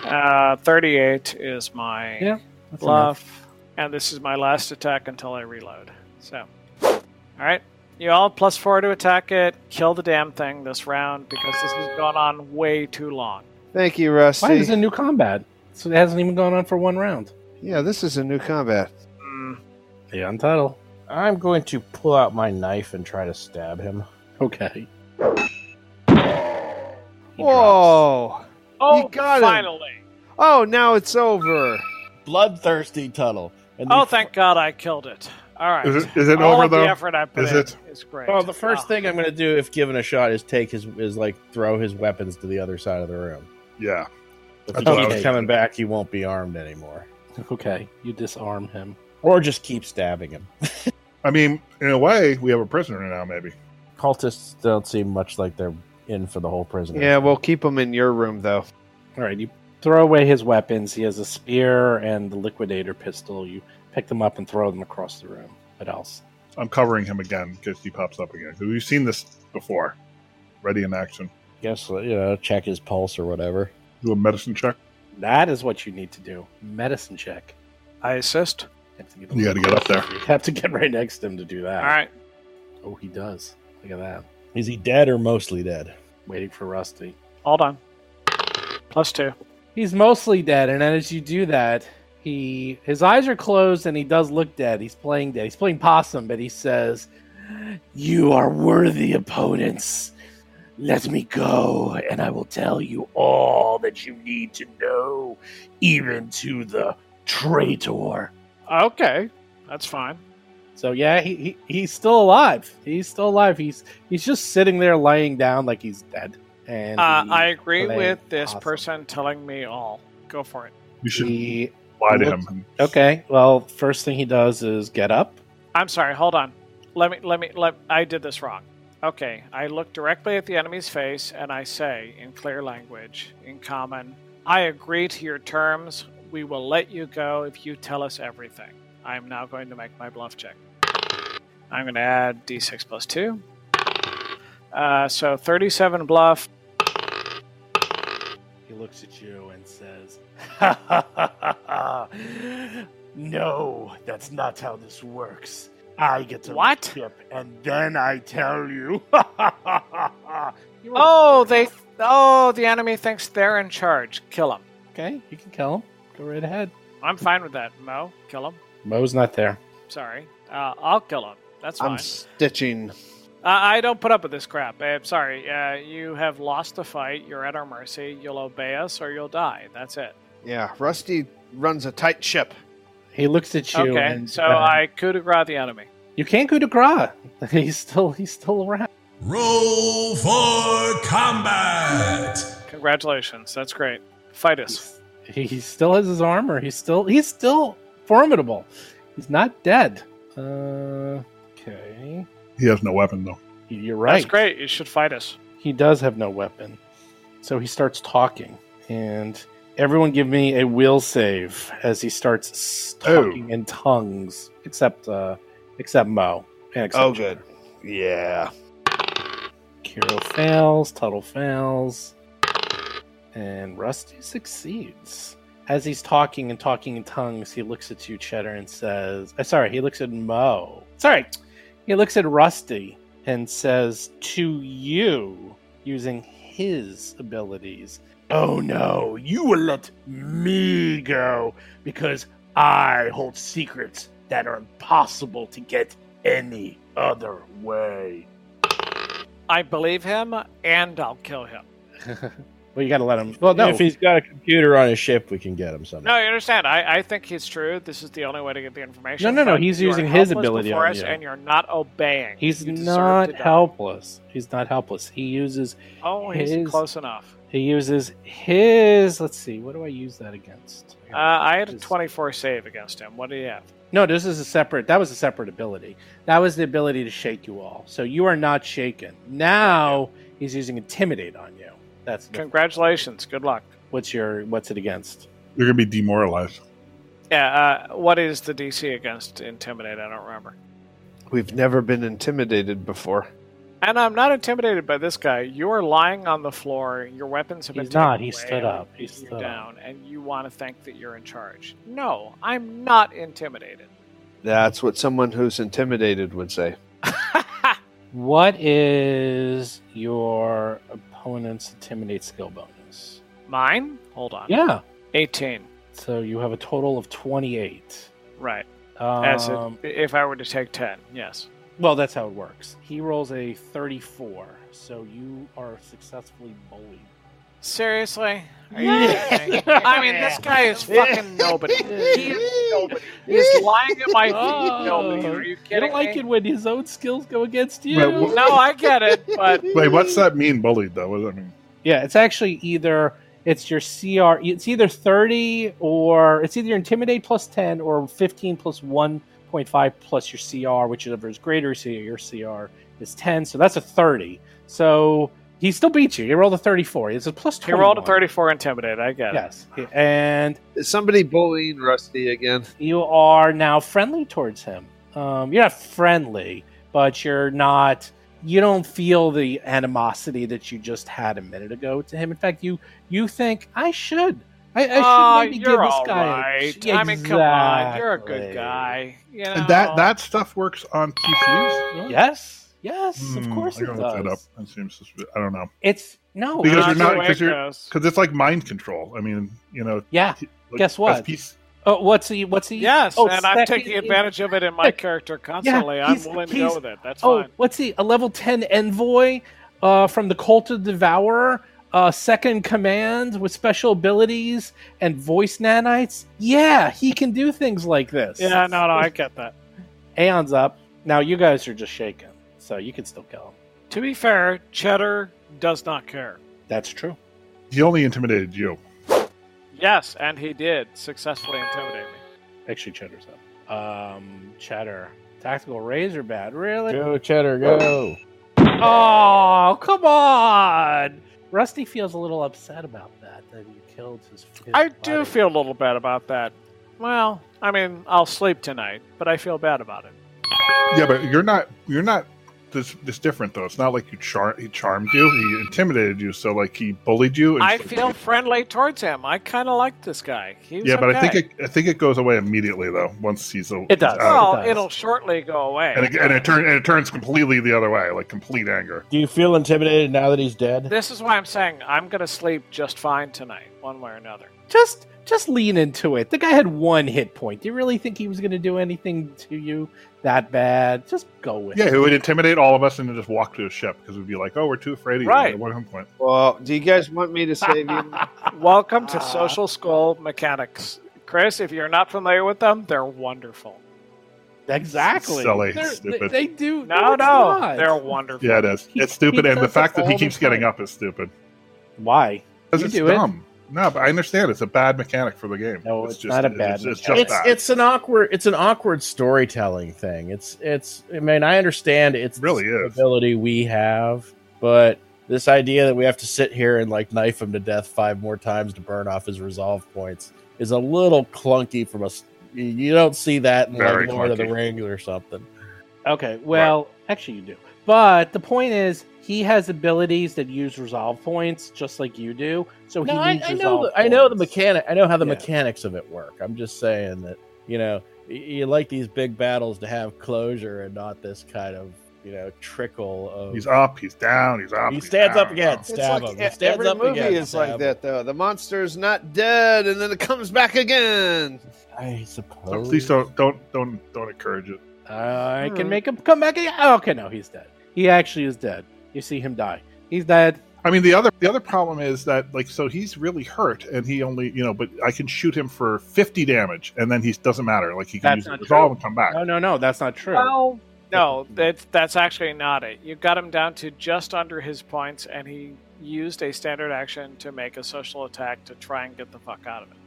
uh, 38 is my Yeah, That's enough. bluff, and this is my last attack until I reload. So, all right, you all plus four to attack it. Kill the damn thing this round because this has gone on way too long. Thank you, Rusty. Why is it new combat? So it hasn't even gone on for one round. yeah, this is a new combat. Mm, Yeah, untitled. I'm going to pull out my knife and try to stab him. Okay. He drops. Whoa! Oh, got him. finally. Oh, now it's over. Bloodthirsty Tuttle. And Oh, the- thank God I killed it. All right. Is it- is it All over, of The though? effort I put Is in it? is great. Well, the first Oh, thing I'm going to do if given a shot is take his is like throw his weapons to the other side of the room. Yeah. If That's he what I keeps was- coming back, he won't be armed anymore, Okay, you disarm him. or just keep stabbing him. I mean, in a way, we have a prisoner now, maybe. Cultists don't seem much like they're in for the whole prisoner. Yeah, we'll keep him in your room though. All right, you throw away his weapons. He has a spear and the liquidator pistol. You pick them up and throw them across the room. What else? I'm covering him again because he pops up again. 'Cause We've seen this before. Ready in action. guess you know, check his pulse or whatever. Do a medicine check. That is what you need to do. Medicine check. I assist. You have to get, You got to get up there. You have to get right next to him to do that. All right. Oh, he does. Look at that. Is he dead or mostly dead? Waiting for Rusty. Hold on. Plus two. He's mostly dead, and as you do that, he his eyes are closed and he does look dead. He's playing dead. He's playing possum, but he says, "You are worthy opponents. Let me go, and I will tell you all that you need to know, even to the traitor." Okay. That's fine. So yeah, he, he he's still alive. He's still alive. He's he's just sitting there lying down like he's dead. And Uh, he- I agree play with this awesome. person telling me all. Go for it. You should he lie to him. Okay. Well, first thing he does is get up. I'm sorry. Hold on. Let me, let me, let, I did this wrong. Okay. I look directly at the enemy's face and I say in clear language, in common, I agree to your terms. We will let you go if you tell us everything. I'm now going to make my bluff check. I'm going to add d6 plus 2. Uh, so 37 bluff. He looks at you and says, ha, ha, ha, ha, ha. "No, that's not how this works. I get to What? tip, and then I tell you." You rolled a four. Oh, they, oh, the enemy thinks they're in charge. Kill him. okay. You can kill him. Go right ahead. I'm fine with that, Mo. Kill him. Mo's not there. Sorry. Uh, I'll kill him. That's fine. I'm stitching. I I don't put up with this crap. I'm sorry. Uh, you have lost the fight. You're at our mercy. You'll obey us or you'll die. That's it. Yeah, Rusty runs a tight ship. He looks at you. okay. and, so uh, I coup de grace the enemy. you can't go to Gra. He's still he's still around. Roll for combat! Congratulations. That's great. Fight us. He's- He, he still has his armor. He's still he's still formidable. He's not dead. Uh, okay, He has no weapon, though. you're right. That's great. You should fight us. He does have no weapon, so he starts talking, and everyone give me a will save as he starts s- Oh. talking in tongues, except uh, except Mo. And except Oh, good. Yeah. Kiro fails, Tuttle fails, and Rusty succeeds. As he's talking and talking in tongues, he looks at you, Cheddar, and says, uh, Sorry, he looks at Mo. Sorry, he looks at Rusty and says to you, using his abilities, Oh no, you will let me go because I hold secrets that are impossible to get any other way. I believe him, and I'll kill him. well, you got to let him. Well, no, If he's got a computer on his ship, we can get him somehow. No, you understand. I, I think he's true. This is the only way to get the information. No, no, no, But he's you are using his helpless ability before on us, you. and you're not obeying. he's You deserve not to die. helpless. He's not helpless. He uses Oh, he's His- close enough. he uses his. Let's see. What do I use that against? Uh, I had a Just- 24 save against him. What do you have? No, this is a separate. That was a separate ability. That was the ability to shake you all. So you are not shaken. Now he's using intimidate on you. That's different. Congratulations. Good luck. what's your what's it against? You're going to be demoralized. Yeah. Uh, what is the DC against intimidate? I don't remember. We've never been intimidated before. And I'm not intimidated by this guy. You're lying on the floor. Your weapons have been He's not. taken He away stood and up. He stood You're up. down, and you want to think that you're in charge. No, I'm not intimidated. That's what someone who's intimidated would say. What is your opponent's intimidate skill bonus? Mine? Hold on. Yeah. 18. So you have a total of twenty-eight. Right. Um, As it- if I were to take 10, yes. well, that's how it works. He rolls a thirty-four, so you are successfully bullied. Seriously? Are you kidding me? I mean, this guy is fucking nobody. He is nobody. He's lying at my feet. Nobody. Are you Oh. You kidding don't like me? it when his own skills go against you. Wait, wh- No, I get it, but Wait, what's that mean, bullied, though? What does that mean? Yeah, it's actually either it's your CR. It's either thirty or it's either intimidate plus ten or fifteen plus one point five plus your CR, whichever is greater. So your CR is ten, so that's a thirty. So he still beat you. He rolled a thirty-four. It's a plus he twenty. rolled a 34 intimidate. I get it. Yes, and Is somebody bullying Rusty again? you are now friendly towards him. Um, you're not friendly, but you're not. You don't feel the animosity that you just had a minute ago to him. In fact, you you think I should. I, I Oh, should maybe you're give this all guy. a right. ch- I mean, come on, you're a good Exactly. guy. You know? And that that stuff works on PCs. Yes, yes, of Hmm, course I it gotta look that up. does. That seems suspicious. I don't know It's no. Because it's- you're not- Way it because you're- goes. because it's like mind control. I mean, you know. Yeah. like, Guess what? as PC Oh, what's he? What's he? Yes, oh, and I'm second- taking advantage of it in my character constantly. I'm he's- willing to he's- go with it. That's Oh, fine. what's he? A level 10 envoy uh, from the Cult of Devourer, uh, second command with special abilities and voice nanites. Yeah, he can do things like this. Yeah, no, no, I get that. Aeon's up. Now you guys are just shaken, so you can still kill him. To be fair, Cheddar does not care. That's true. he only intimidated you. Yes, and he did successfully intimidate me. Actually, Cheddar's up. Um, Cheddar. Tactical razor bat. Really? Go, Cheddar, go. Oh, come on. Rusty feels a little upset about that, that you killed his. his I do buddy. feel a little bad about that. Well, I mean, I'll sleep tonight, but I feel bad about it. Yeah, but you're not you're not this this different though. It's not like you char he charmed you. He intimidated you. So like he bullied you. And I so- feel friendly towards him. I kind of like this guy. He's Yeah, but I okay. think it, I think it goes away immediately though. Once he's a, Oh, It does. he's out. well, does. it'll shortly go away. and it, and it turns and it turns completely the other way, like complete anger. Do you feel intimidated now that he's dead? This is why I'm saying I'm going to sleep just fine tonight, one way or another. just just lean into it. The guy had one hit point. Do you really think he was going to do anything to you that bad? Just go with Yeah, it. he would intimidate all of us and then just walk to his ship because we'd be like, oh, we're too afraid of you Right. at one point. Well, do you guys want me to save you? Welcome Ah. to Social Skull Mechanics. Chris, if you're not familiar with them, they're wonderful. Exactly. Silly, They're- they, stupid. they do. No, it's no, not. they're wonderful. Yeah, it is. He- it's stupid, he and the does fact it that he all the keeps getting time. up is stupid why? because You it's do it. dumb. No, but I understand it's a bad mechanic for the game. No, it's not a bad It's, it's just mechanic. It's that. it's an awkward it's an awkward storytelling thing. It's it's I mean I understand it's Really the is. ability we have, but this idea that we have to sit here and like knife him to death five more times to burn off his resolve points is a little clunky from us. You- You don't see that in Very like Lord of the clunky. Ring or something. Okay. Well, actually, you do. But the point is, he has abilities that use resolve points, just like you do. So No, he I, needs I resolve know the, I know the points. mechanic. I know how the Yeah. mechanics of it work. I'm just saying that you know y- you like these big battles to have closure and not this kind of you know trickle of He's up, he's down, he's up. He he's stands down. up again. Stab him. He e- stands every up movie again. is Stab like him. that, though. The monster's not dead, and then it comes back again. I So suppose. Uh, uh, please don't don't don't don't encourage it. I can make him come back again. Oh, okay, no, he's dead. He actually is dead. You see him die. He's dead. I mean, the other the other problem is that like so he's really hurt, and he only you know, but I can shoot him for fifty damage, and then he doesn't matter. Like he can That's use not his resolve and come back. No, no, no. That's not true. Well, no, that's that's actually not it. You got him down to just under his points, and he used a standard action to make a social attack to try and get the fuck out of it.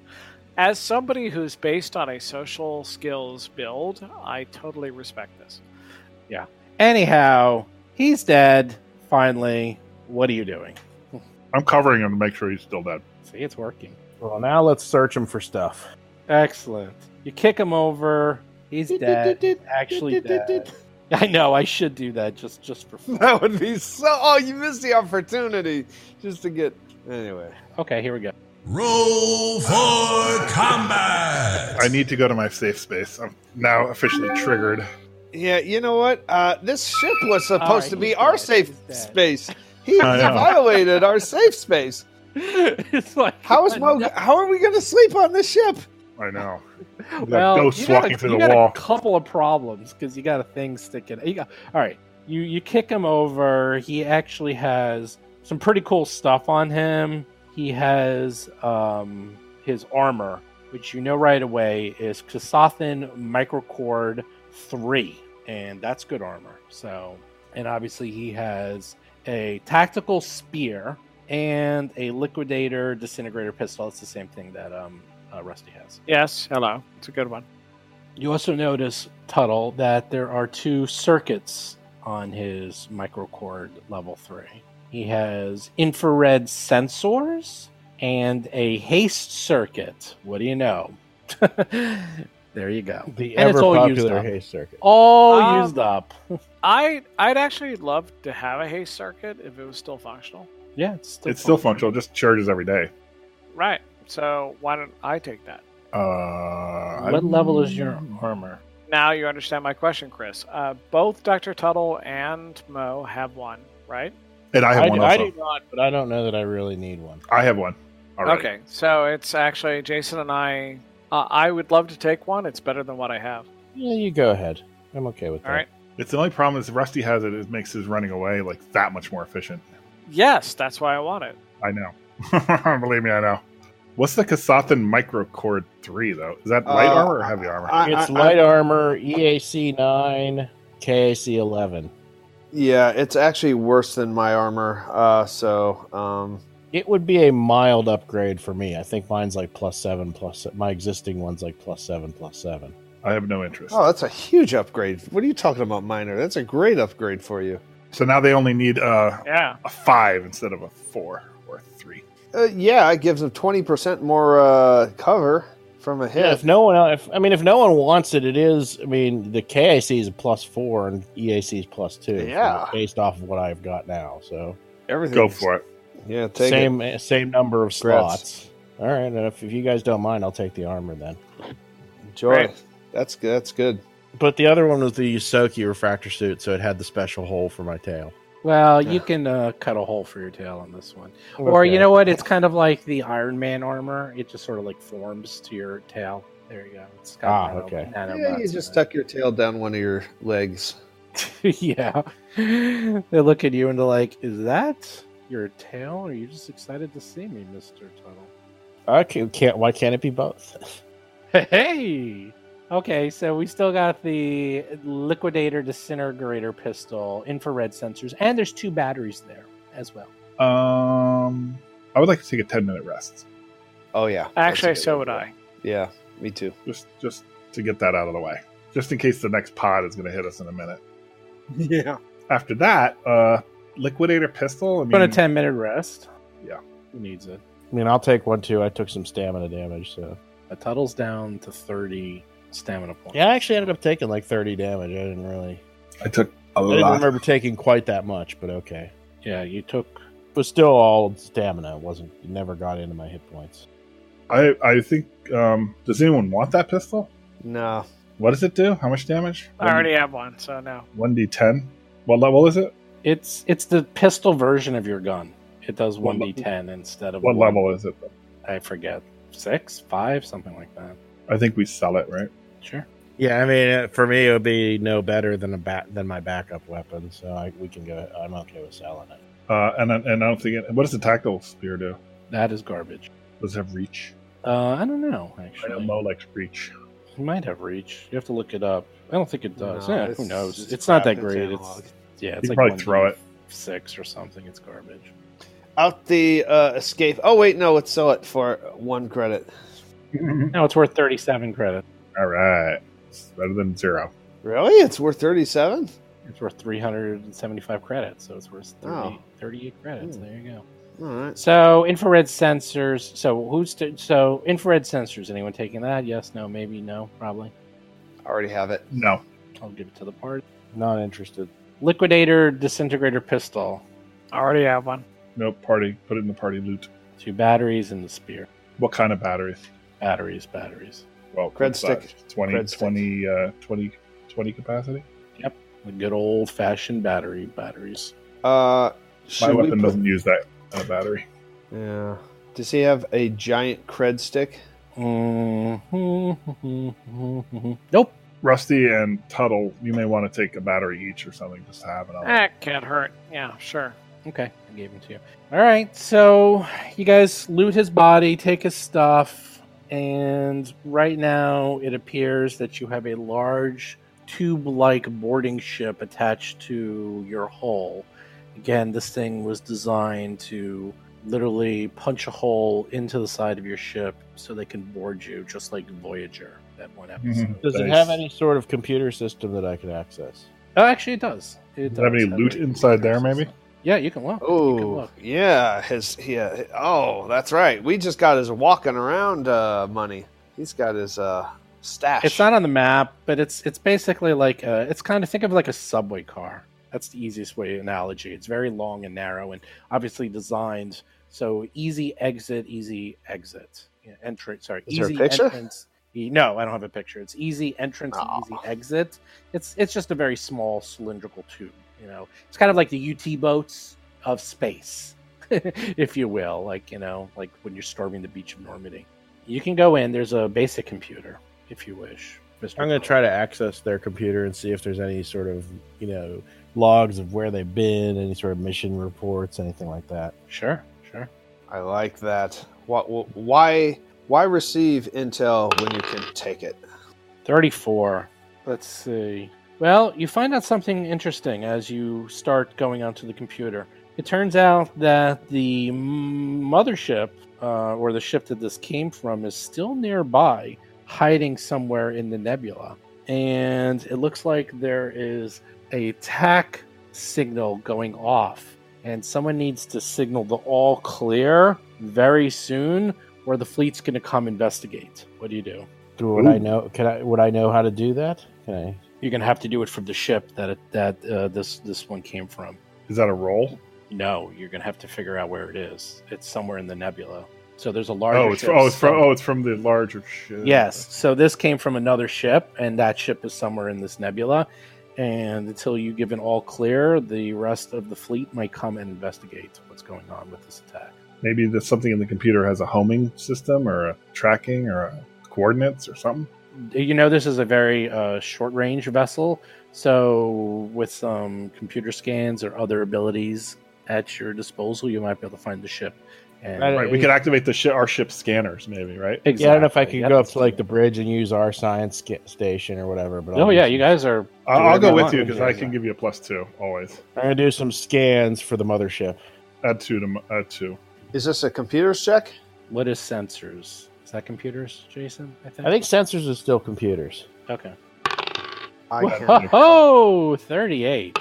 As somebody who's based on a social skills build, I totally respect this. Anyhow, he's dead. Finally, what are you doing? I'm covering him to make sure he's still dead. See, it's working. Well, now let's search him for stuff. Excellent. You kick him over. He's dead. Actually dead. I know. I should do that just just for fun. That would be so. Oh, you missed the opportunity just to get. Anyway, Okay, here we go. Roll for combat. I need to go to my safe space. I'm now officially triggered. yeah, you know what? Uh, this ship was supposed Alright, to be he's our dead, safe he's dead. space. He I know. violated our safe space. it's like How is Mo? How are we going to sleep on this ship? I know. That Well, ghost you got walking a, through you the got wall. a couple of problems because you got a thing sticking. You got, all right, you you kick him over. He actually has some pretty cool stuff on him. He has um, his armor, which you know right away is Kasathan Microcord Three, and that's good armor. So, and obviously he has a tactical spear and a liquidator disintegrator pistol. It's the same thing that um, uh, Rusty has. Yes, hello. It's a good one. You also notice, Tuttle, that there are two circuits on his microcord level three. He has infrared sensors and a haste circuit. What do you know? there you go. The And it's ever all used popular up. hay circuit. All Um, used up. I I'd actually love to have a haste circuit if it was still functional. yeah, it's still, It's still functional. Just charges every day. Right. So why don't I take that? Uh, What level is your Mm. armor? Now you understand my question, Chris. Uh, both Dr. Tuttle and Mo have one, right? And I have I, one do, I also. do not, but I don't know that I really need one. I have one. All right. Okay, so it's actually Jason and I. Uh, I would love to take one. It's better than what I have. Yeah, you go ahead. I'm okay with that. All right. It's the only problem is if Rusty has it. It makes his running away like that much more efficient. Yes, that's why I want it. I know. Believe me, I know. What's the Kasathan Microcord three though? Is that light Uh, armor or heavy armor? I- It's I- light armor, EAC nine, KAC eleven. Yeah, it's actually worse than my armor. Uh, so, um, It would be a mild upgrade for me. I think mine's like plus seven, plus my existing one's like plus seven, plus seven. I have no interest. oh, that's a huge upgrade. What are you talking about, minor? That's a great upgrade for you. So now they only need uh, Yeah. a five instead of a four or a three. Uh, yeah, it gives him twenty percent more uh, cover from a hit. Yeah, if no one, el- if I mean, if no one wants it, it is. I mean, the KAC is a plus four and EAC is plus two. from- Yeah. based off of what I've got now. So Everything. Go for it. Yeah, take it. same same number of Congrats. slots. All right, and if, if you guys don't mind, I'll take the armor then. Enjoy. Right. That's good. That's good. But the other one was the Yusoki refractor suit, so it had the special hole for my tail. Well, you can uh, cut a hole for your tail on this one. Or you know what? It's kind of like the Iron Man armor. It just sort of like forms to your tail. There you go. It's got Ah, nano- okay. Yeah, nanobots you in just it. tuck your tail down one of your legs. yeah. They look at you and they're like, Is that your tail? Or are you just excited to see me, Mr. Tuttle? I can't, can't. Why can't it be both? Hey! Okay, so we still got the liquidator disintegrator pistol, infrared sensors, and there's two batteries there as well. Um, I would like to take a ten minute rest Oh yeah. Actually, That's a good so one. would I. Yeah, me too. just just to get that out of the way, just in case the next pod is going to hit us in a minute. Yeah. After that, uh, liquidator pistol. I mean, But a 10 minute rest. Yeah. Who needs it? I mean, I'll take one too. I took some stamina damage, so A Tuttle's down to 30 stamina points. yeah, I actually ended up taking like thirty damage. I didn't really. I took a I didn't lot. remember taking quite that much, but okay. Yeah, you took. It was still all stamina. It wasn't. It never got into my hit points. I I think. Um, does anyone want that pistol? No. What does it do? How much damage? I already have one, so no. One d ten. What level is it? It's it's the pistol version of your gun. It does What le- 1d10 instead of What one- level is it? I forget. Six, five, something like that. I think we sell it, right? Sure. Yeah, I mean, uh, for me, it would be no better than a ba- than my backup weapon. So I, we can go. I'm okay with selling it. Uh, and I- and I don't think. It, what does the tactical spear do? That is garbage. Does it have reach? Uh, I don't know, I know actually. Molek's reach. It might have reach. You have to look it up. I don't think it does. No, yeah, this who is- knows? this It's, is not crap. that great. It's analog. yeah, it's You like probably throw it. six or something. It's garbage. out the uh, escape. Oh wait, no, let's sell it for one credit. Mm-hmm. No, it's worth thirty-seven credit. All right, it's better than zero. Really? It's worth thirty-seven. It's worth three hundred and seventy-five credits, so it's worth 30, Oh. 38 credits. Hmm. There you go. All right. So infrared sensors. So who's t- so infrared sensors? Anyone taking that? Yes, no, maybe, no, probably. I already have it. No, I'll give it to the party. Not interested. Liquidator disintegrator pistol. I already have one. no party. Put it in the party loot. Two batteries and the spear. What kind of batteries? Batteries, batteries. Well, Cred size. stick. 20, Cred stick. 20, Uh, 20, 20 capacity. The good old fashioned battery batteries. Uh, My should we weapon put- doesn't use that kind of battery. Yeah. Does he have a giant cred stick? Mm-hmm. Nope. Rusty and Tuttle, you may want to take a battery each or something just to have it on. That can't hurt. Yeah, sure. Okay, I gave him to you. All right, so you guys loot his body, take his stuff, and right now it appears that you have a large tube like boarding ship attached to your hull. Again, this thing was designed to literally punch a hole into the side of your ship so they can board you, just like Voyager, that one episode. Mhm. Does it Nice. have any sort of computer system that I could access? Oh, actually, it does. It does Does it have any loot a- inside there, maybe? Yeah, you can look. You can Oh, look. yeah. His yeah. Oh, that's right. We just got his walking around uh, money. He's got his uh, stash. It's not on the map, but it's it's basically like a, it's kind of think of like a subway car. That's the easiest way analogy. It's very long and narrow, and obviously designed so easy exit, easy exit, yeah, entrance. Sorry, Is there a easy picture? entrance. e- No, I don't have a picture. It's easy entrance, and Aw. easy exit. It's it's just a very small cylindrical tube. You know, it's kind of like the UT boats of space, if you will. Like you know, like when you're storming the beach of Normandy, you can go in. There's a basic computer if you wish. Mr. I'm going to try to access their computer and see if there's any sort of you know logs of where they've been, any sort of mission reports, anything like that. Sure, sure. I like that. What? Why? Why receive intel when you can take it? 34. Let's see. Well, you find out something interesting as you start going onto the computer. It turns out that the m- mothership, uh, or the ship that this came from, is still nearby, hiding somewhere in the nebula. And it looks like there is a TAC signal going off, and someone needs to signal the all clear very soon, or the fleet's going to come investigate. What do you do? Do would I know? Can I? Would I know how to do that? Can I? you're gonna have to do it from the ship that it, that uh, this this one came from. Is that a roll? No, you're gonna have to figure out where it is. It's somewhere in the nebula. So there's a large. Oh, it's, oh, it's from oh, it's from the larger ship. Yes. So this came from another ship, and that ship is somewhere in this nebula. And until you give an all clear, the rest of the fleet might come and investigate what's going on with this attack. Maybe there's something in the computer has a homing system or a tracking or a coordinates or something. You know, this is a very uh, short range vessel. So, with some computer scans or other abilities at your disposal, you might be able to find the ship. And I don't- Right. We it- could activate the ship, our ship scanners, maybe. Right. Exactly. Yeah, I don't know if I could Yep. go up to like the bridge and use our science sca- station or whatever. But Oh I'll yeah, do you some- guys are. I'll, I'll go Whatever with you you want. because I can give you a plus two always. I'm gonna do some scans for the mothership. Add two to m- add two. Is this a computer's check? What is sensors? Is that computers, Jason? I think. I think sensors are still computers. Okay. I Whoa. can. Oh, 38.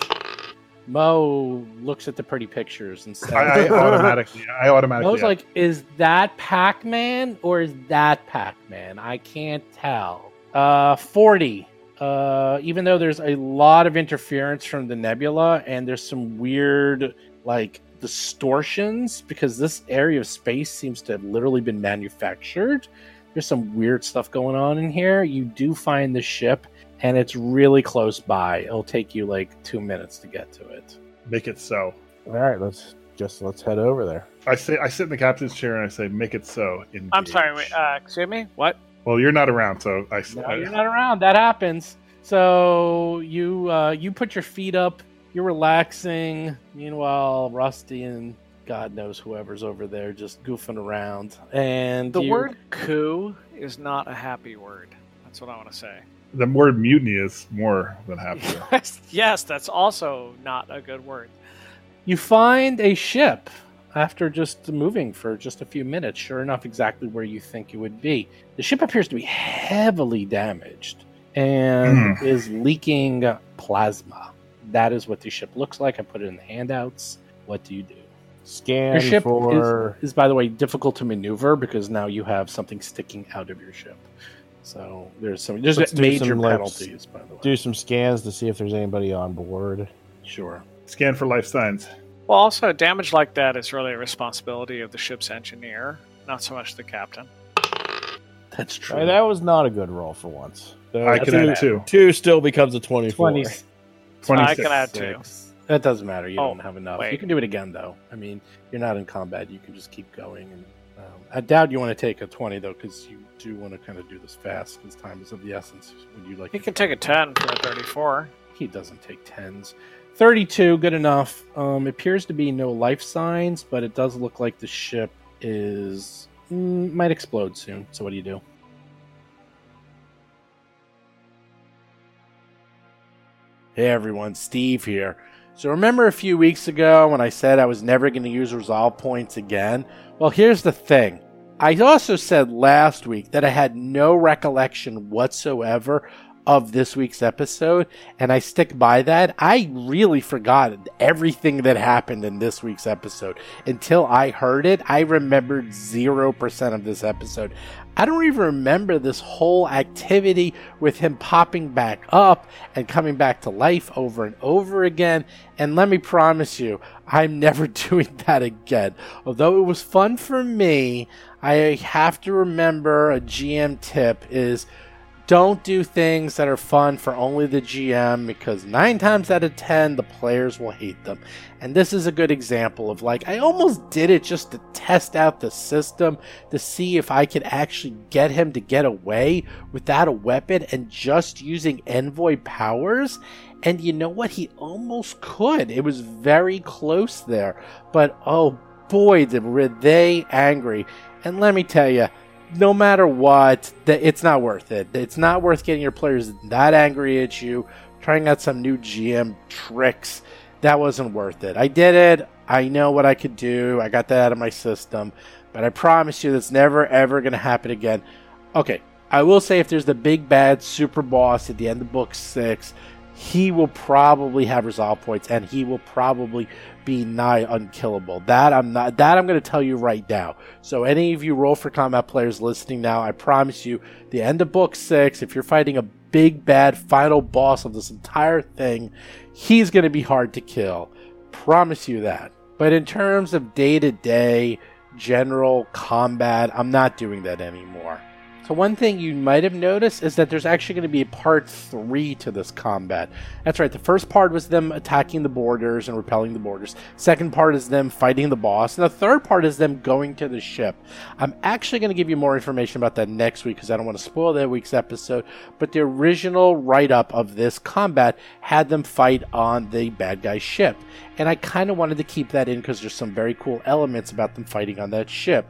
Mo looks at the pretty pictures and says, I, I automatically. I automatically. Mo's like, is that Pac Man or is that Pac Man? I can't tell. Uh, 40. Uh, even though there's a lot of interference from the nebula and there's some weird, like, distortions because this area of space seems to have literally been manufactured. There's some weird stuff going on in here. You do find the ship and it's really close by. It'll take you like two minutes to get to it. make it so. All right, let's just let's head over there. I say I sit in the captain's chair and I say, "Make it so." Engage. I'm sorry. Wait, uh, excuse me. What? Well, you're not around, so I. uh, No, I- you're not around. That happens. So you uh, you put your feet up. You're relaxing. Meanwhile, Rusty and God knows whoever's over there just goofing around. And The you- word coup is not a happy word. That's what I want to say. the word mutiny is more than happy. yes, that's also not a good word. you find a ship after just moving for just a few minutes. Sure enough, exactly where you think it would be. The ship appears to be heavily damaged and is leaking plasma. That is what the ship looks like. I put it in the handouts. What do you do? Scan Your ship for is, is, by the way, difficult to maneuver because now you have something sticking out of your ship. So there's some there's Let's do major some, like, penalties, by the way. do some scans to see if there's anybody on board. Sure. Scan for life signs. Well, also, damage like that is really a responsibility of the ship's engineer, not so much the captain. That's true. Right, that was not a good roll for once. So I can two, add Uh, two. two still becomes a twenty-four. 20, I 26. can add two. That doesn't matter. You Oh, don't have enough. You wait. can do it again, though. I mean, you're not in combat. You can just keep going. And um, I doubt you want to take a twenty though, because you do want to kind of do this fast because time is of the essence. Would you like? He can take a 10 for a 34. He doesn't take tens. Thirty-two, good enough. Um, appears to be no life signs, but it does look like the ship is mm, might explode soon. So what do you do? Hey everyone, Steve here. So remember a few weeks ago when I said I was never going to use resolve points again? Well, here's the thing. I also said last week that I had no recollection whatsoever of this week's episode, and I stick by that. I really forgot everything that happened in this week's episode. Until I heard it, I remembered 0% of this episode. I don't even remember this whole activity with him popping back up and coming back to life over and over again. And let me promise you, I'm never doing that again. Although it was fun for me, I have to remember a GM tip is don't do things that are fun for only the GM because nine times out of ten, the players will hate them. And this is a good example of like, I almost did it just to test out the system to see if I could actually get him to get away without a weapon and just using envoy powers. And you know what? He almost could. It was very close there. But oh boy, did- were they angry. And let me tell you, no matter what, that it's not worth it. It's not worth getting your players that angry at you, trying out some new GM tricks. That wasn't worth it. I did it. I know what I could do. I got that out of my system. But I promise you, that's never, ever going to happen again. Okay, I will say if there's the big bad super boss at the end of book six, he will probably have resolve points and he will probably be nigh unkillable. That I'm not that I'm gonna tell you right now. So any of you roll for combat players listening now, I promise you, the end of book six, if you're fighting a big bad final boss of this entire thing, he's gonna be hard to kill. Promise you that. But in terms of day to day general combat, I'm not doing that anymore. So one thing you might have noticed is that there's actually going to be a part three to this combat. That's right. The first part was them attacking the borders and repelling the borders. Second part is them fighting the boss, and the third part is them going to the ship. I'm actually going to give you more information about that next week because I don't want to spoil that week's episode. But the original write-up of this combat had them fight on the bad guy's ship, and I kind of wanted to keep that in because there's some very cool elements about them fighting on that ship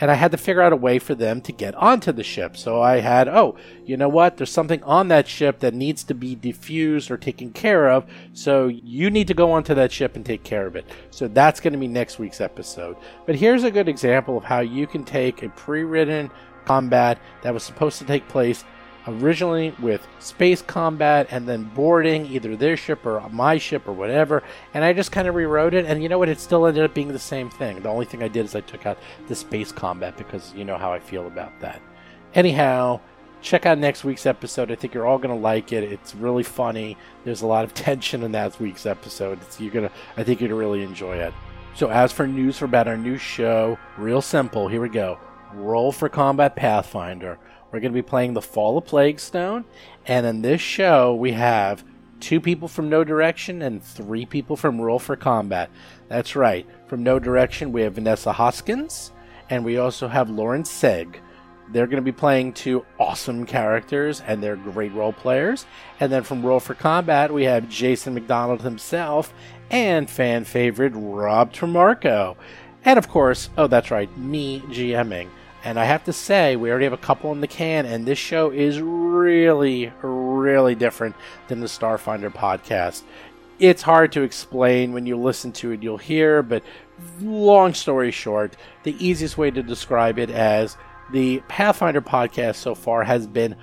and I had to figure out a way for them to get onto the ship. So I had, oh, you know what? There's something on that ship that needs to be diffused or taken care of. So you need to go onto that ship and take care of it. So that's going to be next week's episode. But here's a good example of how you can take a pre written combat that was supposed to take place originally with space combat and then boarding either their ship or my ship or whatever and i just kind of rewrote it and you know what it still ended up being the same thing the only thing i did is i took out the space combat because you know how i feel about that anyhow check out next week's episode i think you're all going to like it it's really funny there's a lot of tension in that week's episode it's, you're going to i think you're going to really enjoy it so as for news for about our new show real simple here we go roll for combat pathfinder we're going to be playing The Fall of Plaguestone. And in this show, we have two people from No Direction and three people from Roll for Combat. That's right. From No Direction, we have Vanessa Hoskins, and we also have Lauren Seg. They're going to be playing two awesome characters, and they're great role players. And then from Roll for Combat, we have Jason McDonald himself and fan favorite Rob Tremarco. And of course, oh, that's right, me GMing. And I have to say, we already have a couple in the can, and this show is really, really different than the Starfinder podcast. It's hard to explain when you listen to it, you'll hear, but long story short, the easiest way to describe it as the Pathfinder podcast so far has been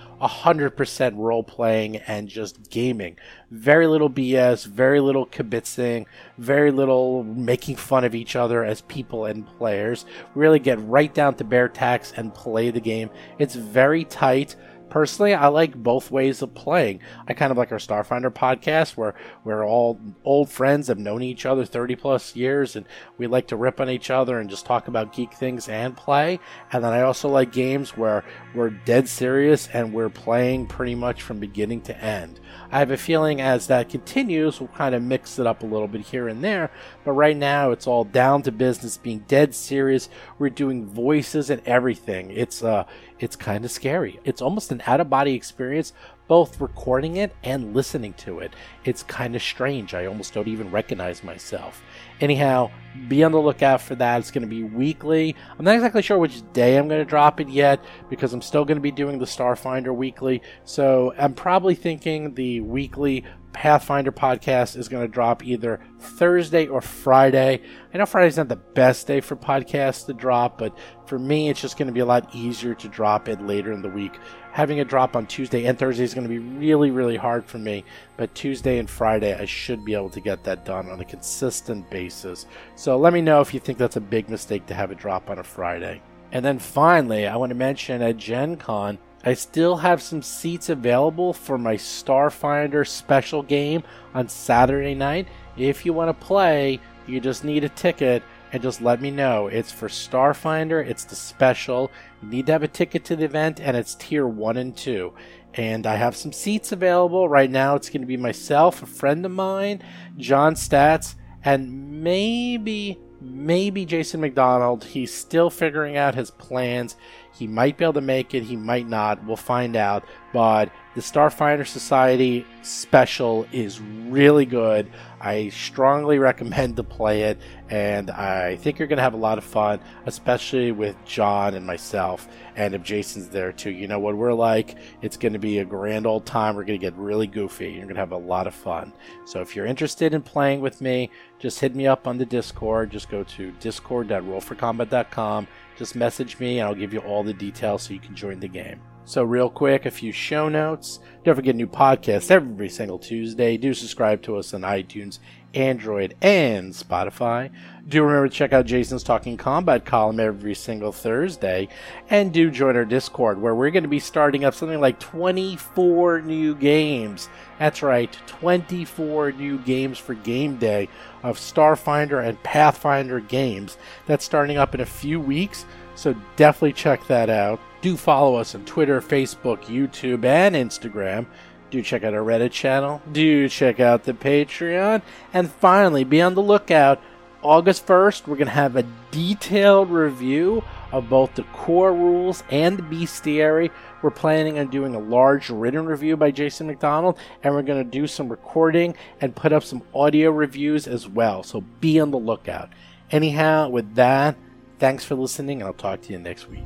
100% role playing and just gaming. Very little BS, very little kibitzing, very little making fun of each other as people and players. We really get right down to bare tacks and play the game. It's very tight. Personally, I like both ways of playing. I kind of like our Starfinder podcast where we're all old friends, have known each other 30 plus years, and we like to rip on each other and just talk about geek things and play. And then I also like games where we're dead serious and we're playing pretty much from beginning to end. I have a feeling as that continues, we'll kind of mix it up a little bit here and there. But right now, it's all down to business, being dead serious. We're doing voices and everything. It's uh, it's kind of scary. It's almost an out of body experience, both recording it and listening to it. It's kind of strange. I almost don't even recognize myself. Anyhow, be on the lookout for that. It's going to be weekly. I'm not exactly sure which day I'm going to drop it yet because I'm still going to be doing the Starfinder weekly. So I'm probably thinking the weekly Pathfinder podcast is going to drop either Thursday or Friday. I know Friday's not the best day for podcasts to drop, but for me, it's just going to be a lot easier to drop it later in the week. Having a drop on Tuesday and Thursday is going to be really, really hard for me, but Tuesday and Friday, I should be able to get that done on a consistent basis. So let me know if you think that's a big mistake to have it drop on a Friday. And then finally, I want to mention at Gen Con, I still have some seats available for my Starfinder special game on Saturday night. If you want to play, you just need a ticket and just let me know. It's for Starfinder, it's the special. You need to have a ticket to the event, and it's tier 1 and 2. And I have some seats available. Right now, it's going to be myself, a friend of mine, John Stats, and maybe, maybe Jason McDonald. He's still figuring out his plans. He might be able to make it, he might not. We'll find out. But the Starfinder Society special is really good. I strongly recommend to play it, and I think you're going to have a lot of fun, especially with John and myself. And if Jason's there too, you know what we're like. It's going to be a grand old time. We're going to get really goofy. You're going to have a lot of fun. So if you're interested in playing with me, just hit me up on the Discord. Just go to discord.rollforcombat.com. Just message me, and I'll give you all the details so you can join the game. So, real quick, a few show notes. Don't forget new podcasts every single Tuesday. Do subscribe to us on iTunes, Android, and Spotify. Do remember to check out Jason's Talking Combat column every single Thursday. And do join our Discord, where we're going to be starting up something like 24 new games. That's right, 24 new games for game day of Starfinder and Pathfinder games. That's starting up in a few weeks, so definitely check that out do follow us on Twitter, Facebook, YouTube, and Instagram. Do check out our Reddit channel. Do check out the Patreon. And finally, be on the lookout. August 1st, we're going to have a detailed review of both the core rules and the bestiary. We're planning on doing a large written review by Jason McDonald, and we're going to do some recording and put up some audio reviews as well. So be on the lookout. Anyhow, with that, thanks for listening, and I'll talk to you next week.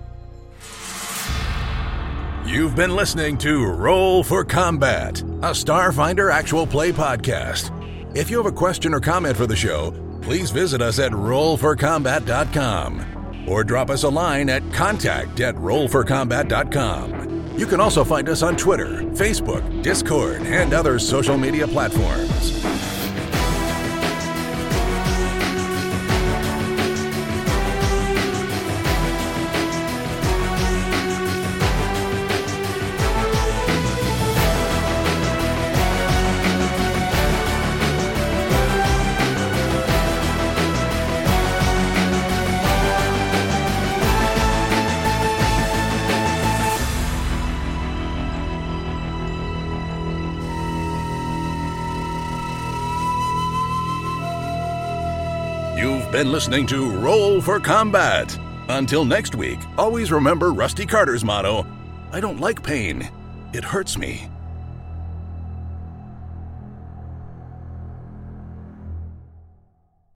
You've been listening to Roll for Combat, a Starfinder actual play podcast. If you have a question or comment for the show, please visit us at rollforcombat.com or drop us a line at contact at rollforcombat.com. You can also find us on Twitter, Facebook, Discord, and other social media platforms. You've been listening to Roll for Combat, Until next week, always remember Rusty Carter's motto I don't like pain, it hurts me.